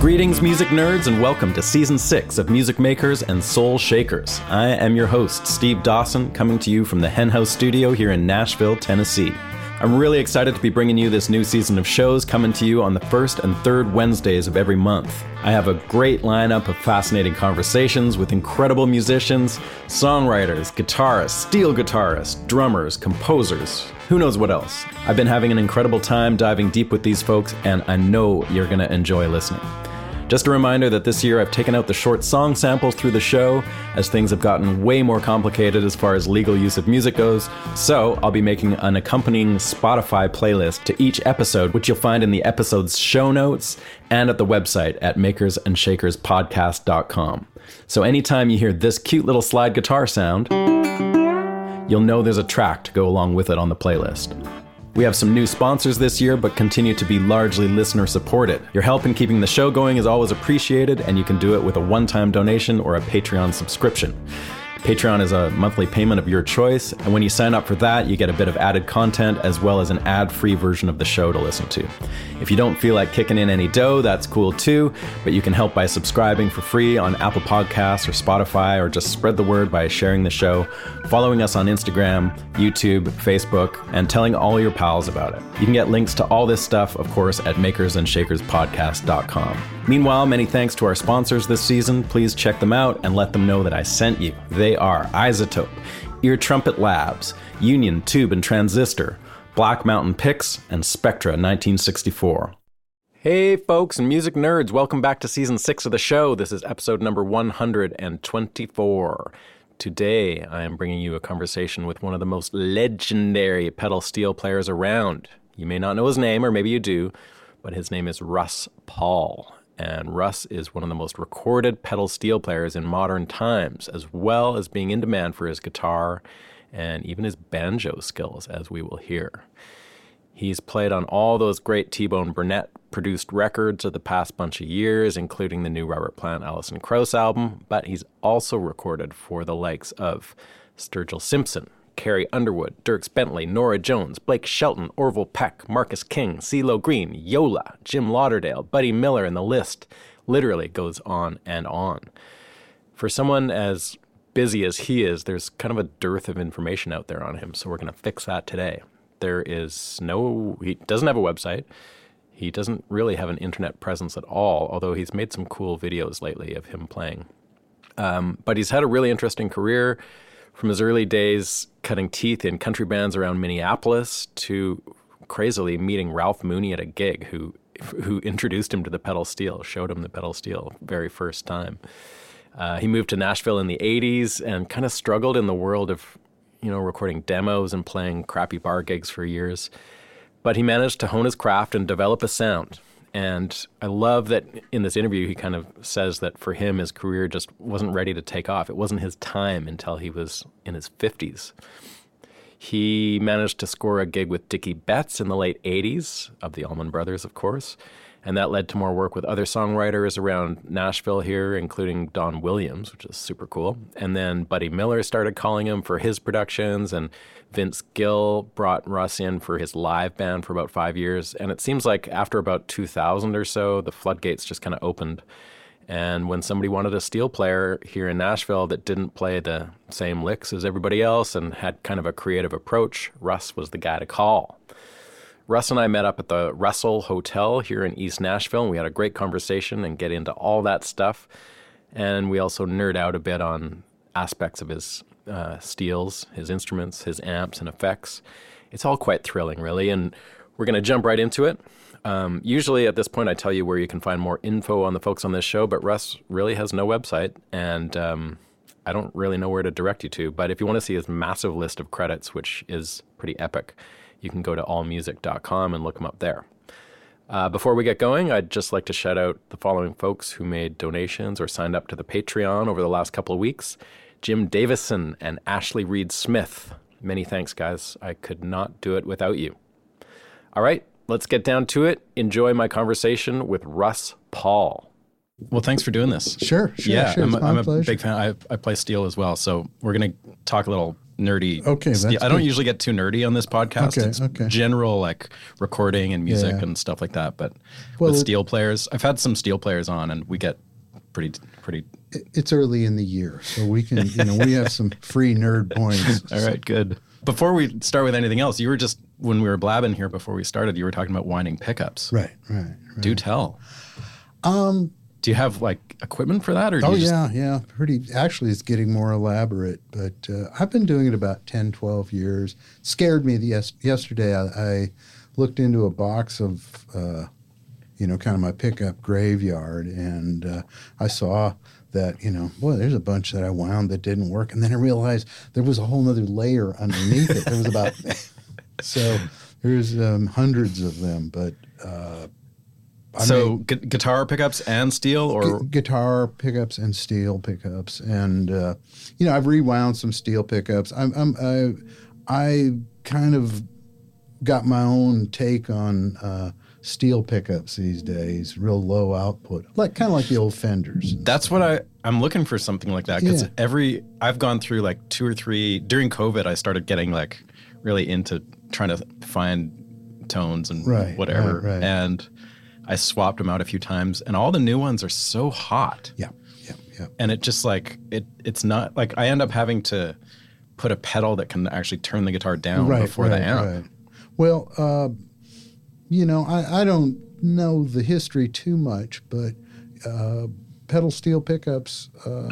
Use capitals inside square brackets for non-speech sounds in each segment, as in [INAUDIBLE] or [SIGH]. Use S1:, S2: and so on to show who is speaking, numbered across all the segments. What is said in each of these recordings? S1: Greetings, music nerds, and welcome to season six of Music Makers and Soul Shakers. I am your host, Steve Dawson, coming to you from the Henhouse Studio here in Nashville, Tennessee. I'm really excited to be bringing you this new season of shows coming to you on the first and third Wednesdays of every month. I have a great lineup of fascinating conversations with incredible musicians, songwriters, guitarists, steel guitarists, drummers, composers, who knows what else. I've been having an incredible time diving deep with these folks, and I know you're going to enjoy listening. Just a reminder that this year I've taken out the short song samples through the show, as things have gotten way more complicated as far as legal use of music goes. So I'll be making an accompanying Spotify playlist to each episode, which you'll find in the episode's show notes and at the website at makersandshakerspodcast.com. So anytime you hear this cute little slide guitar sound, you'll know there's a track to go along with it on the playlist. We have some new sponsors this year, but continue to be largely listener supported. Your help in keeping the show going is always appreciated, and you can do it with a one time donation or a Patreon subscription. Patreon is a monthly payment of your choice, and when you sign up for that, you get a bit of added content as well as an ad free version of the show to listen to. If you don't feel like kicking in any dough, that's cool too, but you can help by subscribing for free on Apple Podcasts or Spotify, or just spread the word by sharing the show, following us on Instagram, YouTube, Facebook, and telling all your pals about it. You can get links to all this stuff, of course, at makersandshakerspodcast.com. Meanwhile, many thanks to our sponsors this season. Please check them out and let them know that I sent you. They are Isotope, Ear Trumpet Labs, Union Tube and Transistor, Black Mountain Picks, and Spectra 1964. Hey, folks and music nerds, welcome back to season six of the show. This is episode number 124. Today, I am bringing you a conversation with one of the most legendary pedal steel players around. You may not know his name, or maybe you do, but his name is Russ Paul. And Russ is one of the most recorded pedal steel players in modern times, as well as being in demand for his guitar and even his banjo skills, as we will hear. He's played on all those great T Bone Burnett produced records of the past bunch of years, including the new Robert Plant Allison Krauss album, but he's also recorded for the likes of Sturgill Simpson, Carrie Underwood, Dirks Bentley, Nora Jones, Blake Shelton, Orville Peck, Marcus King, CeeLo Green, Yola, Jim Lauderdale, Buddy Miller, and the list literally goes on and on. For someone as busy as he is, there's kind of a dearth of information out there on him, so we're going to fix that today. There is no, he doesn't have a website. He doesn't really have an internet presence at all, although he's made some cool videos lately of him playing. Um, but he's had a really interesting career from his early days cutting teeth in country bands around Minneapolis to crazily meeting Ralph Mooney at a gig who who introduced him to the pedal steel, showed him the pedal steel very first time. Uh, he moved to Nashville in the 80s and kind of struggled in the world of you know recording demos and playing crappy bar gigs for years. But he managed to hone his craft and develop a sound. And I love that in this interview, he kind of says that for him, his career just wasn't ready to take off. It wasn't his time until he was in his 50s. He managed to score a gig with Dickie Betts in the late 80s, of the Allman Brothers, of course. And that led to more work with other songwriters around Nashville here, including Don Williams, which is super cool. And then Buddy Miller started calling him for his productions, and Vince Gill brought Russ in for his live band for about five years. And it seems like after about 2000 or so, the floodgates just kind of opened. And when somebody wanted a steel player here in Nashville that didn't play the same licks as everybody else and had kind of a creative approach, Russ was the guy to call. Russ and I met up at the Russell Hotel here in East Nashville, and we had a great conversation and get into all that stuff. And we also nerd out a bit on aspects of his uh, steels, his instruments, his amps, and effects. It's all quite thrilling, really. And we're going to jump right into it. Um, usually at this point, I tell you where you can find more info on the folks on this show, but Russ really has no website, and um, I don't really know where to direct you to. But if you want to see his massive list of credits, which is pretty epic, you can go to allmusic.com and look him up there. Uh, before we get going, I'd just like to shout out the following folks who made donations or signed up to the Patreon over the last couple of weeks Jim Davison and Ashley Reed Smith. Many thanks, guys. I could not do it without you. All right, let's get down to it. Enjoy my conversation with Russ Paul. Well, thanks for doing this.
S2: Sure, sure,
S1: yeah,
S2: sure.
S1: I'm, a-
S2: It's my
S1: I'm a
S2: pleasure.
S1: big fan. I, I play steel as well, so we're gonna talk a little nerdy.
S2: Okay, that's
S1: steel. I don't
S2: good.
S1: usually get too nerdy on this podcast.
S2: Okay,
S1: it's
S2: okay.
S1: general like recording and music
S2: Yeah.
S1: and stuff like that. But
S2: Well,
S1: with
S2: it-
S1: steel players, I've had some steel players on, and we get pretty pretty.
S2: It's early in the year, so we can, you know, we have some free nerd points.
S1: [LAUGHS] All right, good. Before we start with anything else, you were just when we were blabbing here before we started, you were talking about winding pickups.
S2: Right, right. right. Um,
S1: Do tell. Um, do you have like equipment for that, or do
S2: Oh,
S1: you just,
S2: yeah, yeah. Pretty, actually, it's getting more elaborate, but uh, I've been doing it about 10, 12 years. Scared me the yes, yesterday. I, I looked into a box of, uh, you know, kind of my pickup graveyard, and uh, I saw that, you know, boy, there's a bunch that I wound that didn't work. And then I realized there was a whole nother layer underneath it. There
S1: [LAUGHS]
S2: was about, [LAUGHS] so there's um, hundreds of them, but
S1: so gu- guitar pickups and steel, or
S2: gu- guitar pickups and steel pickups, and uh, you know I've rewound some steel pickups. I'm, I'm I, I kind of got my own take on uh, steel pickups these days. Real low output, like kind of like the old Fenders.
S1: That's what I I'm looking for something like that because
S2: Yeah.
S1: every I've gone through like two or three during COVID. I started getting like really into trying to find tones and
S2: Right,
S1: whatever,
S2: right, right.
S1: and I swapped them out a few times. And all the new ones are so hot,
S2: Yeah, yeah, yeah.
S1: and it just like it it's not like I end up having to put a pedal that can actually turn the guitar down before the amp.
S2: Well, uh, you know, I, I don't know the history too much, but uh, pedal steel pickups, uh,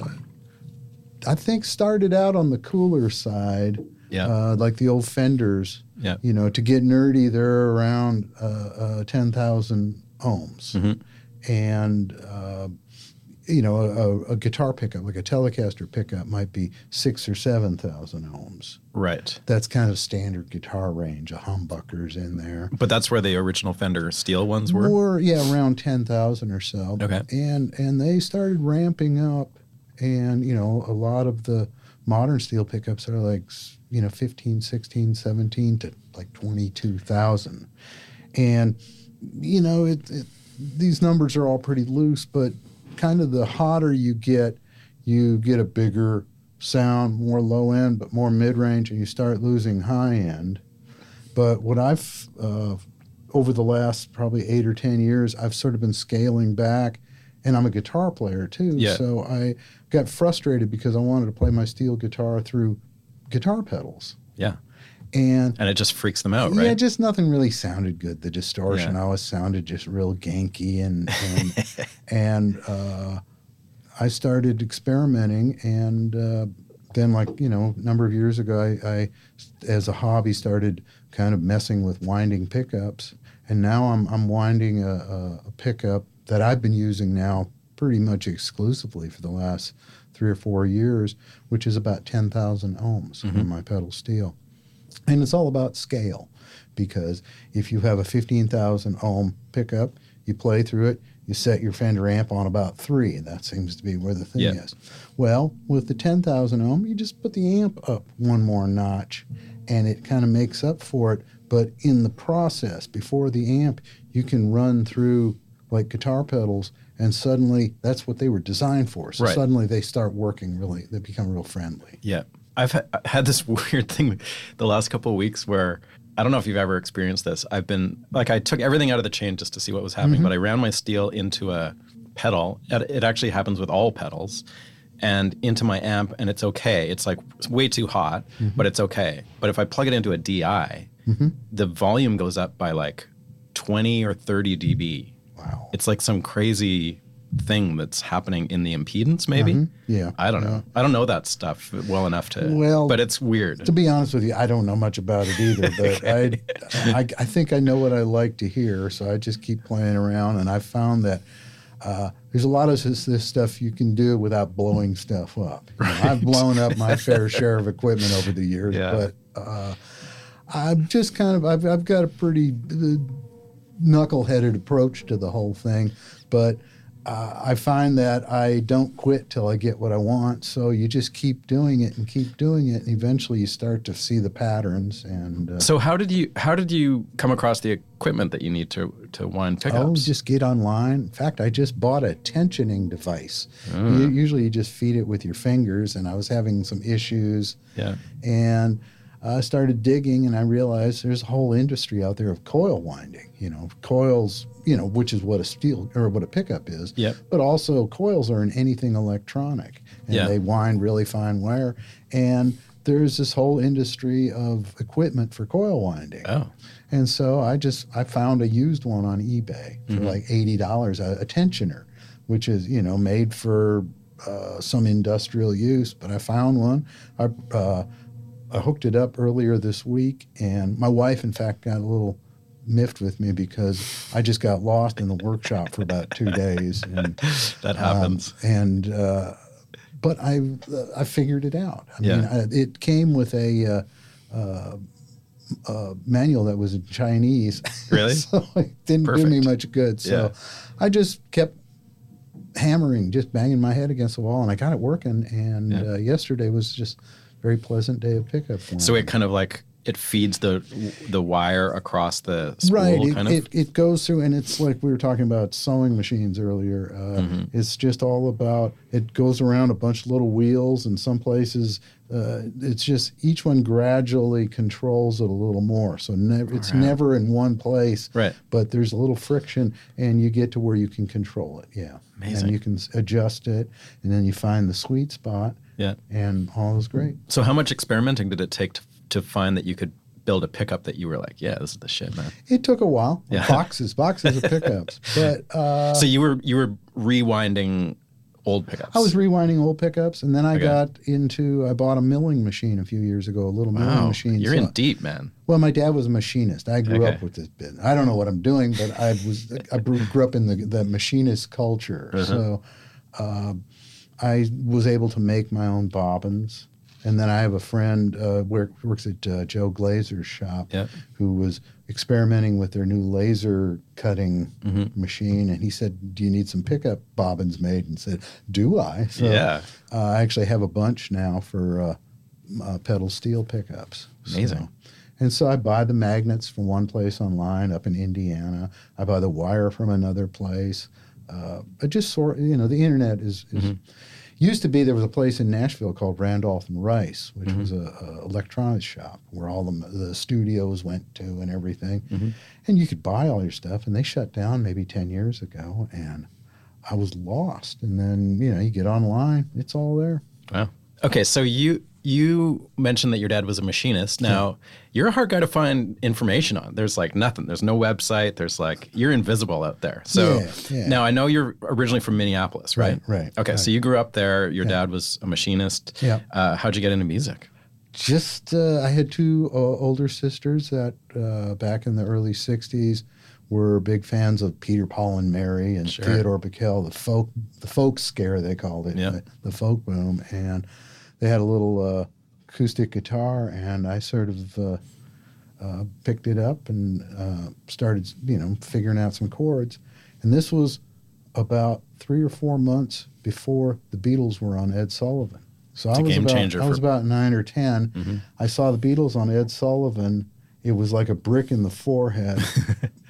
S2: I think, started out on the cooler side.
S1: Yeah.
S2: Uh, like the old Fenders.
S1: Yeah.
S2: You know, to get nerdy, they're around uh, uh, 10,000 ohms.
S1: Mm-hmm.
S2: And, uh, you know, a, a guitar pickup, like a Telecaster pickup, might be six or 7,000 ohms
S1: Right.
S2: that's kind of standard guitar range. A humbucker's in there.
S1: But that's where the original Fender steel ones were.
S2: Or yeah, around ten thousand or so.
S1: Okay.
S2: And and they started ramping up, and you know a lot of the modern steel pickups are like s- you know 15, 16, 17 to like twenty two thousand, and you know it, it these numbers are all pretty loose, but kind of the hotter you get, you get a bigger sound, more low end, but more mid range, and you start losing high end. But what I've uh, over the last probably eight or ten years, I've sort of been scaling back, and I'm a guitar player too.
S1: Yeah.
S2: So I got frustrated because I wanted to play my steel guitar through guitar pedals,
S1: Yeah.
S2: and
S1: And it just freaks them out, right?
S2: yeah, just nothing really sounded good. The distortion
S1: Yeah.
S2: always sounded just real ganky, and
S1: [LAUGHS]
S2: and, and uh, I started experimenting, and uh, then like you know, a number of years ago, I, I as a hobby started kind of messing with winding pickups, and now I'm I'm winding a, a, a pickup that I've been using now pretty much exclusively for the last three or four years, which is about ten thousand ohms
S1: Mm-hmm.
S2: on my pedal steel. And it's all about scale because if you have a 15,000 ohm pickup, you play through it, you set your Fender amp on about three, and that seems to be where the thing
S1: Yeah.
S2: is. Well, with the 10,000 ohm, you just put the amp up one more notch and it kind of makes up for it. But in the process, before the amp, you can run through like guitar pedals, and suddenly that's what they were designed for. So
S1: Right.
S2: suddenly they start working really, they become real friendly.
S1: Yeah. I've ha- [LAUGHS] had this weird thing the last couple of weeks where I don't know if you've ever experienced this. I've been like I took everything out of the chain just to see what was happening, but I ran my steel into a pedal. It it actually happens with all pedals and into my amp and it's okay. It's like it's way too hot, but it's okay. But if I plug it into a DI, the volume goes up by like 20 or 30 dB.
S2: Wow.
S1: It's like some crazy thing that's happening in the impedance, maybe.
S2: Yeah.
S1: I don't know. I don't know that stuff well enough to.
S2: Well,
S1: but it's weird.
S2: [LAUGHS] To be honest with you, I don't know much about it either, but I, I, I think I know what I like to hear, so I just keep playing around, and I found that uh, there's a lot of this, this stuff you can do without blowing stuff up. You know, I've blown up my fair share of equipment over the years,
S1: Yeah.
S2: but uh, I'm just kind of I've, I've got a pretty uh, knuckleheaded approach to the whole thing, but. Uh, I find that I don't quit till I get what I want. So you just keep doing it and keep doing it, and eventually you start to see the patterns. And uh,
S1: So how did you how did you come across the equipment that you need to to wind
S2: Oh,
S1: pickups?
S2: just get online. In fact, I just bought a tensioning device. U- usually, you just feed it with your fingers, and I was having some issues.
S1: yeah.
S2: And I started digging, and I realized there's a whole industry out there of coil winding. You know, coils. You know, which is what a steel or what a pickup is.
S1: Yep.
S2: But also, coils are in anything electronic, and
S1: Yeah.
S2: they wind really fine wire. And there's this whole industry of equipment for coil winding.
S1: Oh.
S2: And so I just I found a used one on eBay for
S1: Mm-hmm.
S2: like eighty dollars, a, a tensioner, which is you know made for uh, some industrial use. But I found one. I uh, I hooked it up earlier this week, and my wife, in fact, got a little miffed with me because I just got lost in the workshop for about two
S1: [LAUGHS]
S2: days. And
S1: That
S2: um,
S1: happens.
S2: and uh, but I uh, I figured it out. I mean,
S1: Yeah.
S2: I, it came with a. Uh, uh, uh, manual that was in Chinese.
S1: Really?
S2: [LAUGHS] so it didn't do me
S1: Perfect.
S2: much good. So I just kept hammering, just banging my head against the wall, and I got it working. And
S1: Yeah.
S2: uh, yesterday was just a very pleasant day of pickup. for
S1: so
S2: me.
S1: it kind of like it feeds the the wire across the spool
S2: right it,
S1: kind of.
S2: it, it goes through and it's like we were talking about sewing machines earlier uh,
S1: Mm-hmm.
S2: it's just all about it goes around a bunch of little wheels and some places uh, it's just each one gradually controls it a little more so nev- it's never in one place
S1: Right.
S2: but there's a little friction and you get to where you can control it yeah
S1: Amazing.
S2: and you can s- adjust it and then you find the sweet spot
S1: yeah.
S2: and all is great
S1: So how much experimenting did it take to, to find that you could build a pickup that you were like, yeah, this is the shit, man.
S2: it took a while
S1: Yeah.
S2: boxes boxes
S1: [LAUGHS]
S2: of pickups but uh,
S1: so you were you were rewinding old pickups.
S2: I was rewinding old pickups, and then I
S1: Okay.
S2: got into. I bought a milling machine a few years ago, a little milling
S1: wow,
S2: machine.
S1: Oh, You're
S2: So-
S1: in deep, man.
S2: Well, my dad was a machinist. I grew up
S1: Okay.
S2: with this business. I don't know what I'm doing, but I was. I grew grew up in the the machinist culture,
S1: Uh-huh.
S2: so uh, I was able to make my own bobbins. And then I have a friend uh, work, works at uh, Joe Glazer's shop,
S1: Yeah.
S2: who was experimenting with their new laser cutting
S1: Mm-hmm.
S2: machine, and he said, "Do you need some pickup bobbins made?" And said, "Do I?" So
S1: Yeah.
S2: uh, I actually have a bunch now for uh, m- uh, pedal steel pickups. So-
S1: Amazing.
S2: and so I buy the magnets from one place online up in Indiana. I buy the wire from another place. Uh, I just sort, you know, the internet is. is Used to be there was a place in Nashville called Randolph and Rice, which was a, a electronics shop where all the, m- the studios went to and everything, and you could buy all your stuff. And they shut down maybe ten years ago, and I was lost. And then you know you get online, it's all there.
S1: Wow. Okay, so you you mentioned that your dad was a machinist. Now, you're a hard guy to find information on. There's like nothing. There's no website. There's like you're invisible out there. So
S2: Yeah, yeah.
S1: now I know you're originally from Minneapolis, right?
S2: Right, right,
S1: Okay, so you grew up there. Your dad was a machinist.
S2: Yeah.
S1: Uh, how'd you get into music?
S2: just uh, I had two uh, older sisters that uh, back in the early '60s were big fans of Peter Paul and Mary and Theodore Bickel, the folk the folk scare they called it,
S1: Yeah.
S2: the, the folk boom, and they had a little uh, acoustic guitar, and I sort of uh, uh, picked it up and uh, started, you know, figuring out some chords, and this was about three or four months before the Beatles were on Ed Sullivan. So I
S1: a
S2: was
S1: game
S2: about
S1: changer
S2: I was
S1: for- Mm-hmm.
S2: about nine or 10 I saw the Beatles on Ed Sullivan. It was like a brick in
S1: [LAUGHS]
S2: the forehead,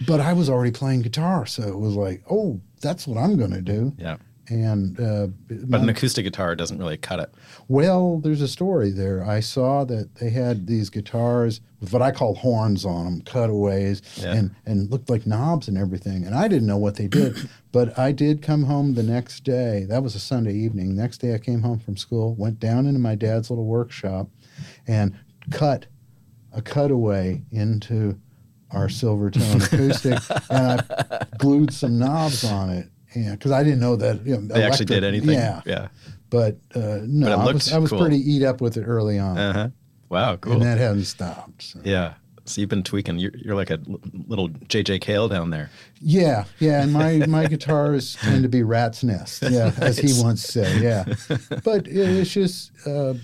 S2: but I was already playing guitar, so it was like, oh, that's what I'm going to do.
S1: Yeah.
S2: And uh,
S1: But
S2: my-
S1: an acoustic guitar doesn't really cut it.
S2: well, there's a story there. I saw that they had these guitars with what I call horns on them, cutaways,
S1: Yeah.
S2: and, and looked like knobs and everything. And I didn't know what they did,
S1: [COUGHS]
S2: but I did come home the next day. That was a Sunday evening. Next day, I came home from school, went down into my dad's little workshop, and cut a cutaway
S1: [LAUGHS]
S2: into our silver tone acoustic, and I glued some knobs on it. Yeah, because I didn't know that. You know,
S1: They actually
S2: electric-
S1: did anything.
S2: Yeah,
S1: Yeah.
S2: but uh, no,
S1: But it
S2: I
S1: looked
S2: was, I was
S1: cool.
S2: pretty eat up with it early on,
S1: Uh huh. Wow. Cool.
S2: and that hasn't stopped. so.
S1: yeah. So you've been tweaking. You're, you're like a l- little JJ Cale down there.
S2: Yeah, yeah,
S1: [LAUGHS]
S2: and my my guitars tend to be rat's nest. Yeah, as he once
S1: [LAUGHS]
S2: said. Yeah, but it- it's just uh,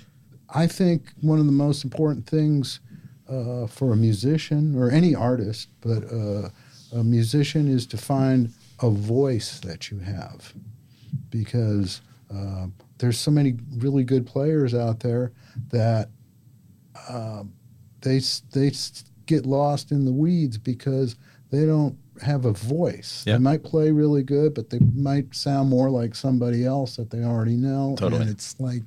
S2: I think one of the most important things uh, for a musician or any artist, but uh, a musician is to find a voice that you have, because uh, there's so many really good players out there that um, they s- they s- get lost in the weeds because they don't have a voice.
S1: Yeah.
S2: They might play really good, but they might sound more like somebody else that they already know.
S1: Totally.
S2: And it's like,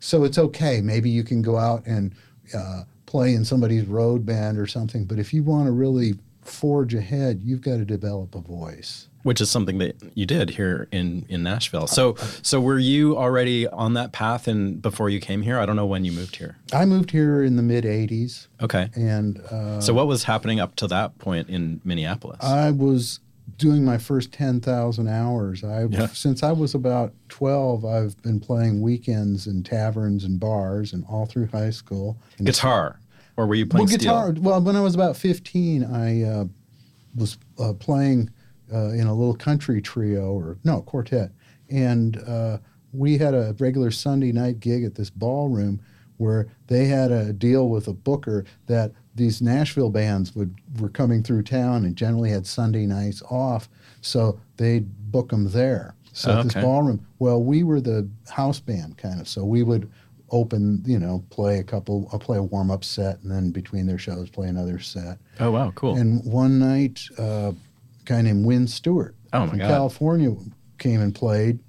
S2: so it's okay. Maybe you can go out and uh, play in somebody's road band or something. But if you want to really forge ahead, you've got to develop a voice.
S1: which is something that you did here in in Nashville. So so were you already on that path and before you came here? I don't know when you moved here.
S2: I moved here in the mid '80s,
S1: Okay.
S2: and uh,
S1: So what was happening up to that point in Minneapolis?
S2: I was doing my first 10,000 hours. I
S1: Yeah.
S2: since I was about 12, I've been playing weekends in taverns and bars and all through high school. And
S1: guitar, or were you
S2: well,
S1: playing
S2: guitar.
S1: steel?
S2: Well, when I was about 15, I uh, was uh, playing uh, in a little country trio or no quartet, and uh, we had a regular Sunday night gig at this ballroom where they had a deal with a booker that these Nashville bands would were coming through town and generally had Sunday nights off, so they'd book them there. So at this
S1: Okay.
S2: ballroom, well, we were the house band kind of, so we would open, you know, play a couple, uh, play a warm up set, and then between their shows, play another set.
S1: Oh wow, cool.
S2: And one night, uh, a guy named Win Stewart
S1: Oh, my
S2: from
S1: God.
S2: California came and played.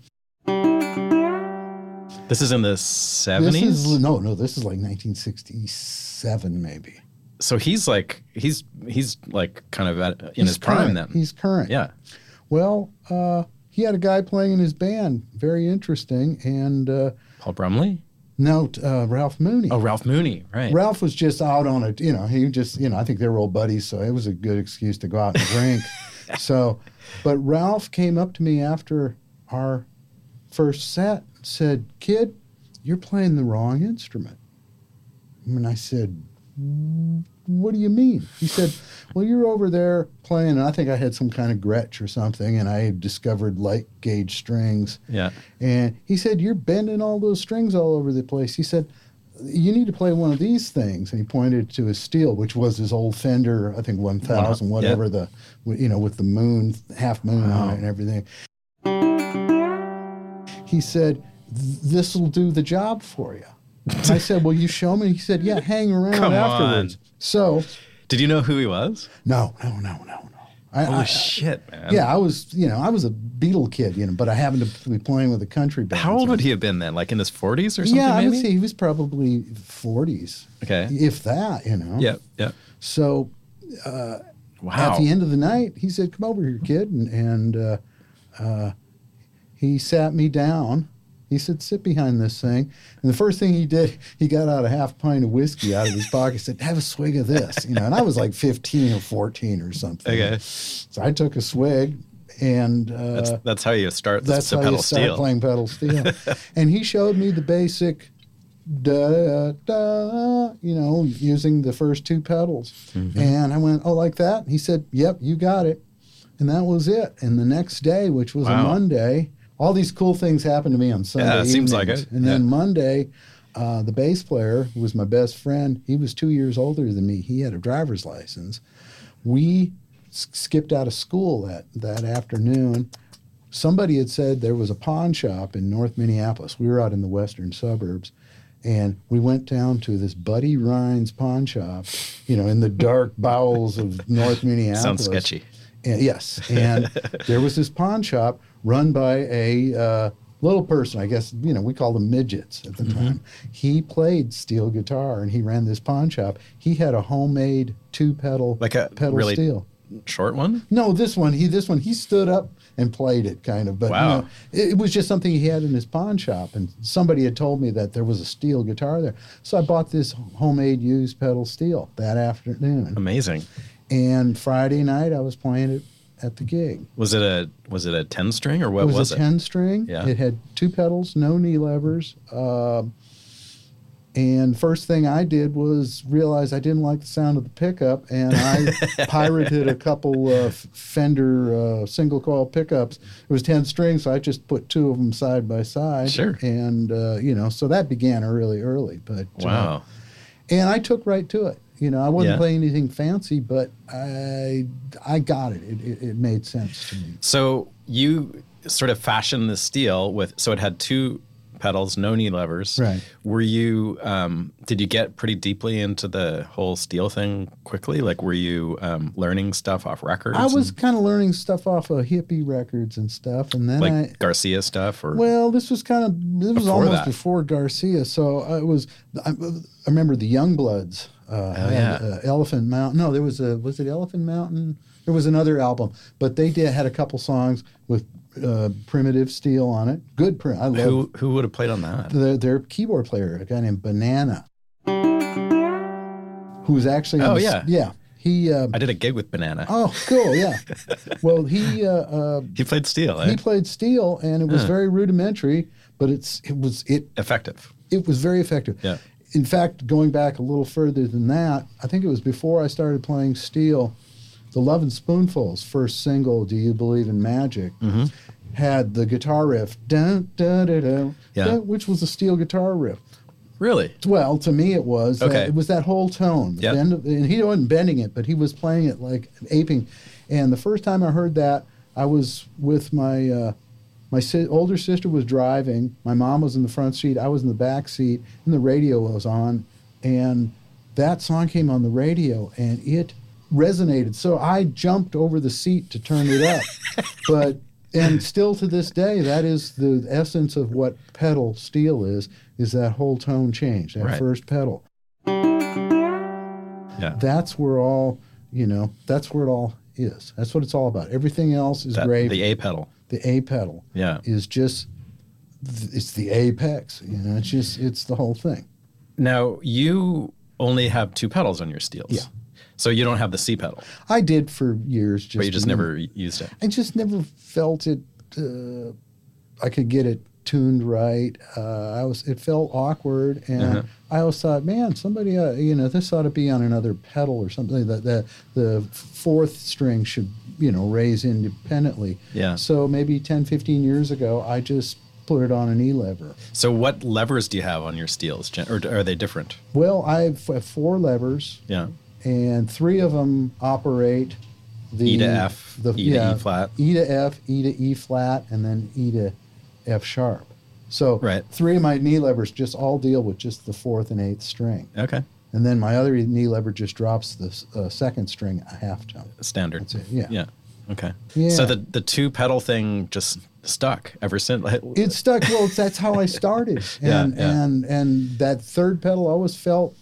S1: this is in the
S2: This is
S1: seventies.
S2: no, no, this is like 1967, maybe.
S1: So he's like he's he's like kind of at, in
S2: He's
S1: his prime
S2: current.
S1: then.
S2: He's current.
S1: yeah.
S2: Well, uh, he had a guy playing in his band, very interesting, and uh,
S1: Paul Brumley.
S2: note uh, Ralph Mooney.
S1: Oh, Ralph Mooney. Right.
S2: Ralph was just out on a, you know, he just, you know, I think they were old buddies, so it was a good excuse to go out and drink. so, but Ralph came up to me after our first set, said, "Kid, you're playing the wrong instrument." And I said, "What do you mean?" He said, "Well, you're over there playing, and I think I had some kind of Gretsch or something, and I had discovered light gauge strings."
S1: yeah.
S2: And he said, You're bending all those strings all over the place. He said, You need to play one of these things. And he pointed to his steel, which was his old Fender, I think 1000,
S1: Wow, yeah.
S2: whatever the, you know, with the moon, half moon on it and everything. He said, This will do the job for you. And I said, Will you show me? He said, Yeah, hang around
S1: Come
S2: afterwards.
S1: on.
S2: So,
S1: Did you know who he was?
S2: no, no, no, no, no. I,
S1: Oh
S2: I-
S1: shit, man.
S2: Uh, yeah, I was, you know, I was a Beatle kid, you know, but I happened to be playing with a country band.
S1: How old
S2: so-
S1: would he have been then? Like in his forties or something?
S2: yeah, I
S1: maybe?
S2: would say he was probably 40s.
S1: Okay.
S2: If that, you know.
S1: Yeah. Yeah.
S2: So
S1: Wow.
S2: at the end of the night, he said, "Come over here, kid," and, and uh, uh, he sat me down. He said, "Sit behind this thing." And the first thing he did, he got out a half pint of whiskey out of his pocket. Said, "Have a swig of this," you know. And I was like 15 or 14 or something.
S1: Okay.
S2: So I took a swig, and uh,
S1: That's, that's how you start this
S2: that's
S1: to
S2: how
S1: pedal
S2: you start
S1: steel.
S2: playing pedal steel.
S1: [LAUGHS]
S2: and he showed me the basic, da da, you know, using the first two pedals.
S1: Mm-hmm.
S2: And I went, oh, like that. And he said, yep, you got it. And that was it. And the next day, which was
S1: Wow.
S2: a Monday, all these cool things happened to me on Sunday.
S1: Yeah, it seems like
S2: evenings.
S1: it.
S2: And then
S1: Yeah.
S2: Monday. Uh, the bass player who was my best friend. He was two years older than me. He had a driver's license. We s- skipped out of school that, that afternoon somebody had said there was a pawn shop in North Minneapolis. We were out in the western suburbs, and we went down to this Buddy Rhines pawn shop, you know, in the dark bowels of North
S1: [LAUGHS]
S2: Minneapolis.
S1: Sounds sketchy.
S2: And- yes,
S1: [LAUGHS]
S2: and there was this pawn shop run by a uh, little person. I guess you know we called them midgets at the
S1: Mm-hmm.
S2: time. He played steel guitar and he ran this pawn shop. He had a homemade two pedal
S1: Like a
S2: pedal
S1: really-
S2: steel.
S1: Short one?
S2: No, this one he this one he stood up and played it kind of, but
S1: Wow.
S2: no, it, it was just something he had in his pawn shop, and somebody had told me that there was a steel guitar there, so I bought this homemade
S1: Um,
S2: used pedal steel that afternoon,
S1: Amazing.
S2: and Friday night I was playing it at the gig.
S1: Was it a was it a ten string or what
S2: it
S1: was,
S2: was, a
S1: it?
S2: ten string.
S1: Yeah.
S2: It had two pedals, no knee levers. Uh, and first thing I did was realize I didn't like the sound of the pickup, and
S1: [LAUGHS]
S2: I pirated a couple of Fender uh, single coil pickups. It was ten strings, so I just put two of them side by side.
S1: Sure.
S2: And uh, you know, so that began really early. But uh,
S1: Wow.
S2: and I took right to it. You know, I wasn't
S1: Yeah.
S2: playing anything fancy, but I I got it. It, it. it made sense to me.
S1: So you sort of fashioned the steel with so it had two pedals, no knee levers.
S2: Right.
S1: Were you um, did you get pretty deeply into the whole steel thing quickly? Like were you um, learning stuff off records?
S2: I was
S1: and,
S2: kind of learning stuff off of hippie records and stuff, and then
S1: like
S2: I
S1: Garcia stuff or
S2: well, this was kind of this was
S1: Before
S2: almost
S1: that.
S2: before Garcia, so I was I, I remember the Youngbloods. Uh,
S1: Oh,
S2: had,
S1: yeah.
S2: uh, Elephant Mountain. No, there was a was it Elephant Mountain? There was another album, but they did had a couple songs with uh, primitive steel on it. Good, prim- I love
S1: who who would have played on that?
S2: their, their keyboard player, a guy named Banana, who's actually on
S1: Oh,
S2: the s-
S1: yeah.
S2: yeah he uh,
S1: I did a gig with Banana.
S2: oh cool
S1: [LAUGHS]
S2: yeah well he uh, uh,
S1: He played steel, eh?
S2: he played steel and it was very rudimentary, but it's it was it
S1: Effective.
S2: it was very effective.
S1: Yeah.
S2: In fact, going back a little further than that, I think it was before I started playing Steel, the Love and Spoonfuls first single, Do You Believe in Magic,
S1: Mm-hmm.
S2: had the guitar riff, dun, dun, dun, dun,
S1: Yeah.
S2: dun, which was a steel guitar riff.
S1: Really?
S2: Well, to me, it was. that-
S1: Okay.
S2: it was that whole tone.
S1: Yep.
S2: Bend- and he wasn't bending it, but he was playing it like aping. And the first time I heard that, I was with my uh, my si- older sister was driving. My mom was in the front seat. I was in the back seat, and the radio was on. And that song came on the radio, and it resonated. So I jumped over the seat to turn it up.
S1: [LAUGHS]
S2: but and still to this day, that is the essence of what pedal steel is. Is that whole tone change, that
S1: Right.
S2: first pedal Uh,
S1: Yeah.
S2: that's where all you know that's where it all is that's what it's all about everything else is
S1: That-
S2: great
S1: the
S2: the,
S1: A pedal.
S2: a pedal
S1: Yeah.
S2: is just th- it's the apex you know it's just it's the whole thing
S1: Now you only have two pedals on your steels.
S2: Yeah.
S1: So you don't have the C pedal,
S2: i did for years just E.
S1: but you just
S2: to-
S1: never used it.
S2: i just never felt it uh, i could get it tuned right uh, i was it felt awkward and
S1: Uh-huh.
S2: i always thought man somebody uh, you know this ought to be on another pedal or something that the, the fourth string should you know raise independently
S1: Yeah.
S2: So maybe 10, 15 years ago, I just put it on an E lever.
S1: So what levers do you have on your steels, Jen- or d- are they different?
S2: Well, I have f- four levers,
S1: Yeah.
S2: and three of them operate the
S1: E to F, E to E flat.
S2: E to F, E to E flat, and then E to F sharp. So
S1: Right.
S2: three of my knee levers just all deal with just the fourth and eighth string.
S1: Okay.
S2: And then my other knee lever just drops the s- uh, second string a half tone.
S1: Standard.
S2: That's it, yeah.
S1: Yeah. Okay.
S2: Yeah.
S1: So the the two pedal thing just stuck ever since.
S2: it stuck. Well, that's how I started,
S1: [LAUGHS] Yeah,
S2: and
S1: yeah.
S2: and and that third pedal always felt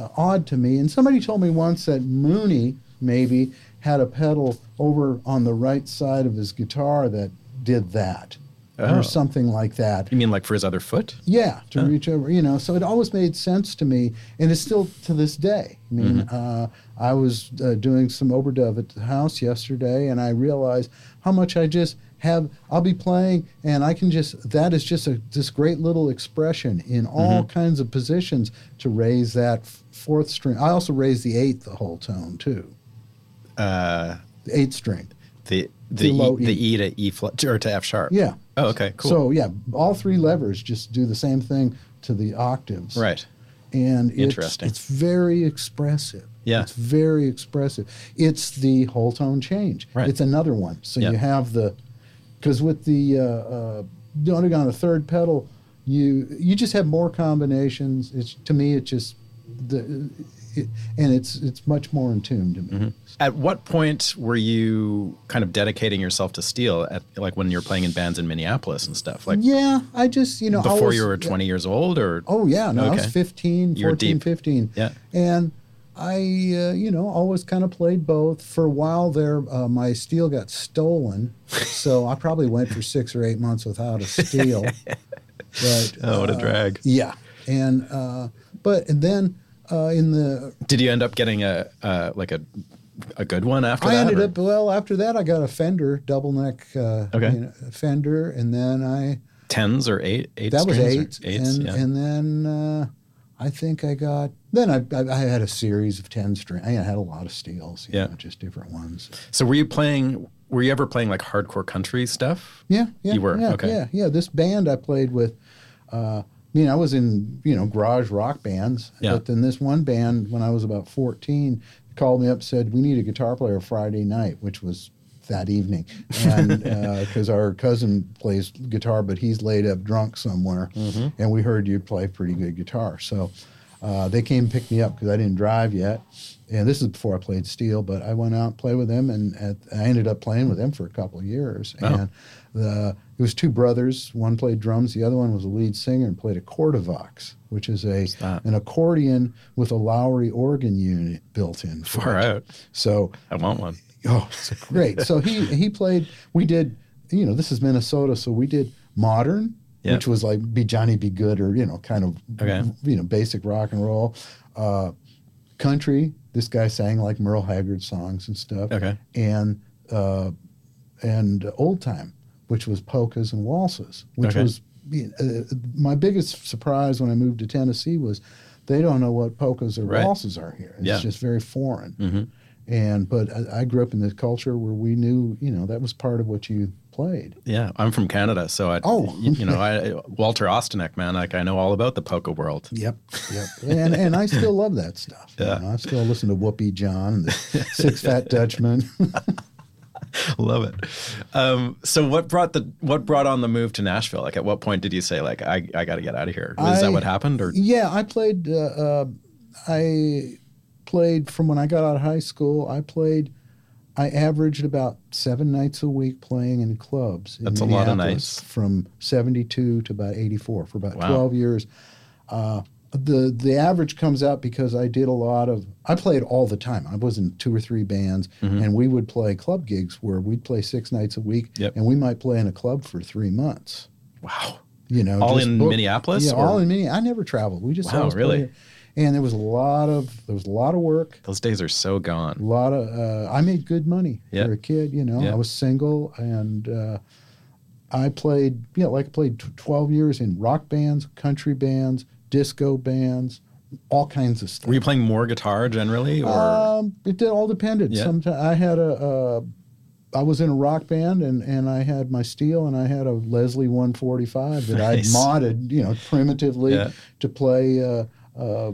S2: uh, odd to me. And somebody told me once that Mooney maybe had a pedal over on the right side of his guitar that did that,
S1: Oh.
S2: or something like that.
S1: you mean like for his other foot?
S2: Yeah, to reach over, you know. So it always made sense to me, and it's still to this day. I mean,
S1: Mm-hmm.
S2: uh, I was uh, doing some overdub at the house yesterday, and I realized how much I just have. I'll be playing, and I can just that is just a this great little expression in all
S1: Mm-hmm.
S2: kinds of positions to raise that f- fourth string. I also raise the eighth the whole tone too. Uh, eighth string.
S1: The the
S2: low
S1: e, the E to E flat or to F sharp.
S2: Yeah.
S1: Oh, okay. Cool.
S2: So yeah, all three levers just do the same thing to the octaves.
S1: right.
S2: and it's,
S1: Interesting.
S2: it's very expressive.
S1: Yeah.
S2: It's very expressive. It's the whole tone change.
S1: Right.
S2: It's another one. So
S1: Yeah.
S2: you have the, because with the uh, uh, Donegan on the third pedal, you you just have more combinations. It's to me, it just the, it, and it's it's much more in tune to me.
S1: At what point were you kind of dedicating yourself to steel? At like when you were playing in bands in Minneapolis and stuff, like
S2: Yeah, I just you know I
S1: before
S2: was-
S1: you were 20 years old, or
S2: Oh yeah, no, I was
S1: Okay.
S2: 15,
S1: You were
S2: 14,
S1: deep.
S2: 15.
S1: Yeah.
S2: And I, uh, you know, always kind of played both. For a while there, uh, my steel
S1: [LAUGHS]
S2: got stolen, so I probably went for six or eight months without a steel.
S1: [LAUGHS]
S2: but
S1: oh, what a
S2: uh,
S1: drag!
S2: yeah, and uh, but and then uh, in the
S1: Did you end up getting a uh, like a a good one after
S2: I
S1: that?
S2: ended
S1: or-
S2: up well after that. I got a Fender double neck, uh,
S1: Okay.
S2: you know, Fender, and then I
S1: tens or eight, eight
S2: that was
S1: strings
S2: eight,
S1: or eights,
S2: and
S1: yeah.
S2: and then uh, I think I got then I, I, I had a series of ten string. I had a lot of steels, you
S1: Yeah.
S2: know, just different ones.
S1: so were you playing were you ever playing like hardcore country stuff?
S2: Yeah, yeah,
S1: You were,
S2: yeah,
S1: okay.
S2: yeah, yeah. This band I played with, uh, I mean, I was in you know garage rock bands,
S1: Yeah.
S2: but then this one band when I was about fourteen called me up said we need a guitar player Friday night, which was that evening,
S1: [LAUGHS]
S2: and because our cousin plays guitar, but he's laid up drunk somewhere,
S1: Mm-hmm.
S2: and we heard you play pretty good guitar, so. Uh, they came and picked me up because I didn't drive yet, and this is before I played steel. But I went out and played with them, and at, I ended up playing with them for a couple of years.
S1: Oh.
S2: And the it was two brothers. One played drums. The other one was a lead singer and played a cordovox, which is a
S1: that?
S2: an accordion with a Lowry organ unit built in. for
S1: Far
S2: it.
S1: out.
S2: So
S1: I want one.
S2: Oh, it's great. so he he played. We did. You know, this is Minnesota, so we did modern,
S1: Yeah.
S2: which was like be Johnny, be good, or you know, kind of
S1: Okay.
S2: you know, basic rock and roll. Uh, country. This guy sang like Merle Haggard songs and stuff.
S1: Okay.
S2: And uh, and old time, which was polkas and waltzes, which
S1: Okay.
S2: was uh, my biggest surprise when I moved to Tennessee was they don't know what polkas or
S1: Right.
S2: waltzes are here. It's
S1: Yeah.
S2: just very foreign.
S1: Mm-hmm.
S2: And but I, I grew up in this culture where we knew, you know, that was part of what you played.
S1: Yeah, I'm from Canada, so I
S2: Oh.
S1: y- you, know, I Walter Ostenek, man, like I know all about the polka world.
S2: Yep, yep. and and I still love that stuff. you
S1: [LAUGHS] Yeah.
S2: know. I still listen to Whoopi John, and the Six Fat Dutchman.
S1: Love it. Um, so what brought the what brought on the move to Nashville? Like at what point did you say like I, I got to get out of here? Is
S2: I-
S1: that what happened or
S2: Yeah, I played. Uh, uh, I played from when I got out of high school. I played. I averaged about seven nights a week playing in clubs. in
S1: That's a lot of
S2: Minneapolis
S1: nights.
S2: From seventy-two to about eighty-four for about
S1: Wow.
S2: twelve years. Uh, the the average comes out because I did a lot of. I played all the time. I was in two or three bands,
S1: Mm-hmm.
S2: and we would play club gigs where we'd play six nights a week,
S1: Yep.
S2: and we might play in a club for three months
S1: wow.
S2: you know,
S1: All
S2: just
S1: in Minneapolis,
S2: Yeah, all
S1: or-
S2: in Minneapolis. I never traveled. We just
S1: Wow,
S2: always played
S1: really?
S2: here. And there was a lot of there was a lot of work,
S1: Those days are so
S2: a
S1: gone.
S2: lot of. Uh, I made good money
S1: Yeah.
S2: for a kid. You know,
S1: Yeah.
S2: I was single, and uh, I played. You know, like I played tw- twelve years in rock bands, country bands, disco bands, all kinds of stuff.
S1: Were you playing more guitar generally or
S2: Um, it did, all depended.
S1: Yeah.
S2: Sometimes I had a, uh, I was in a rock band and, and I had my steel and I had a Leslie 145 that
S1: Nice.
S2: I modded, you know, primitively
S1: Yeah.
S2: to play uh, uh,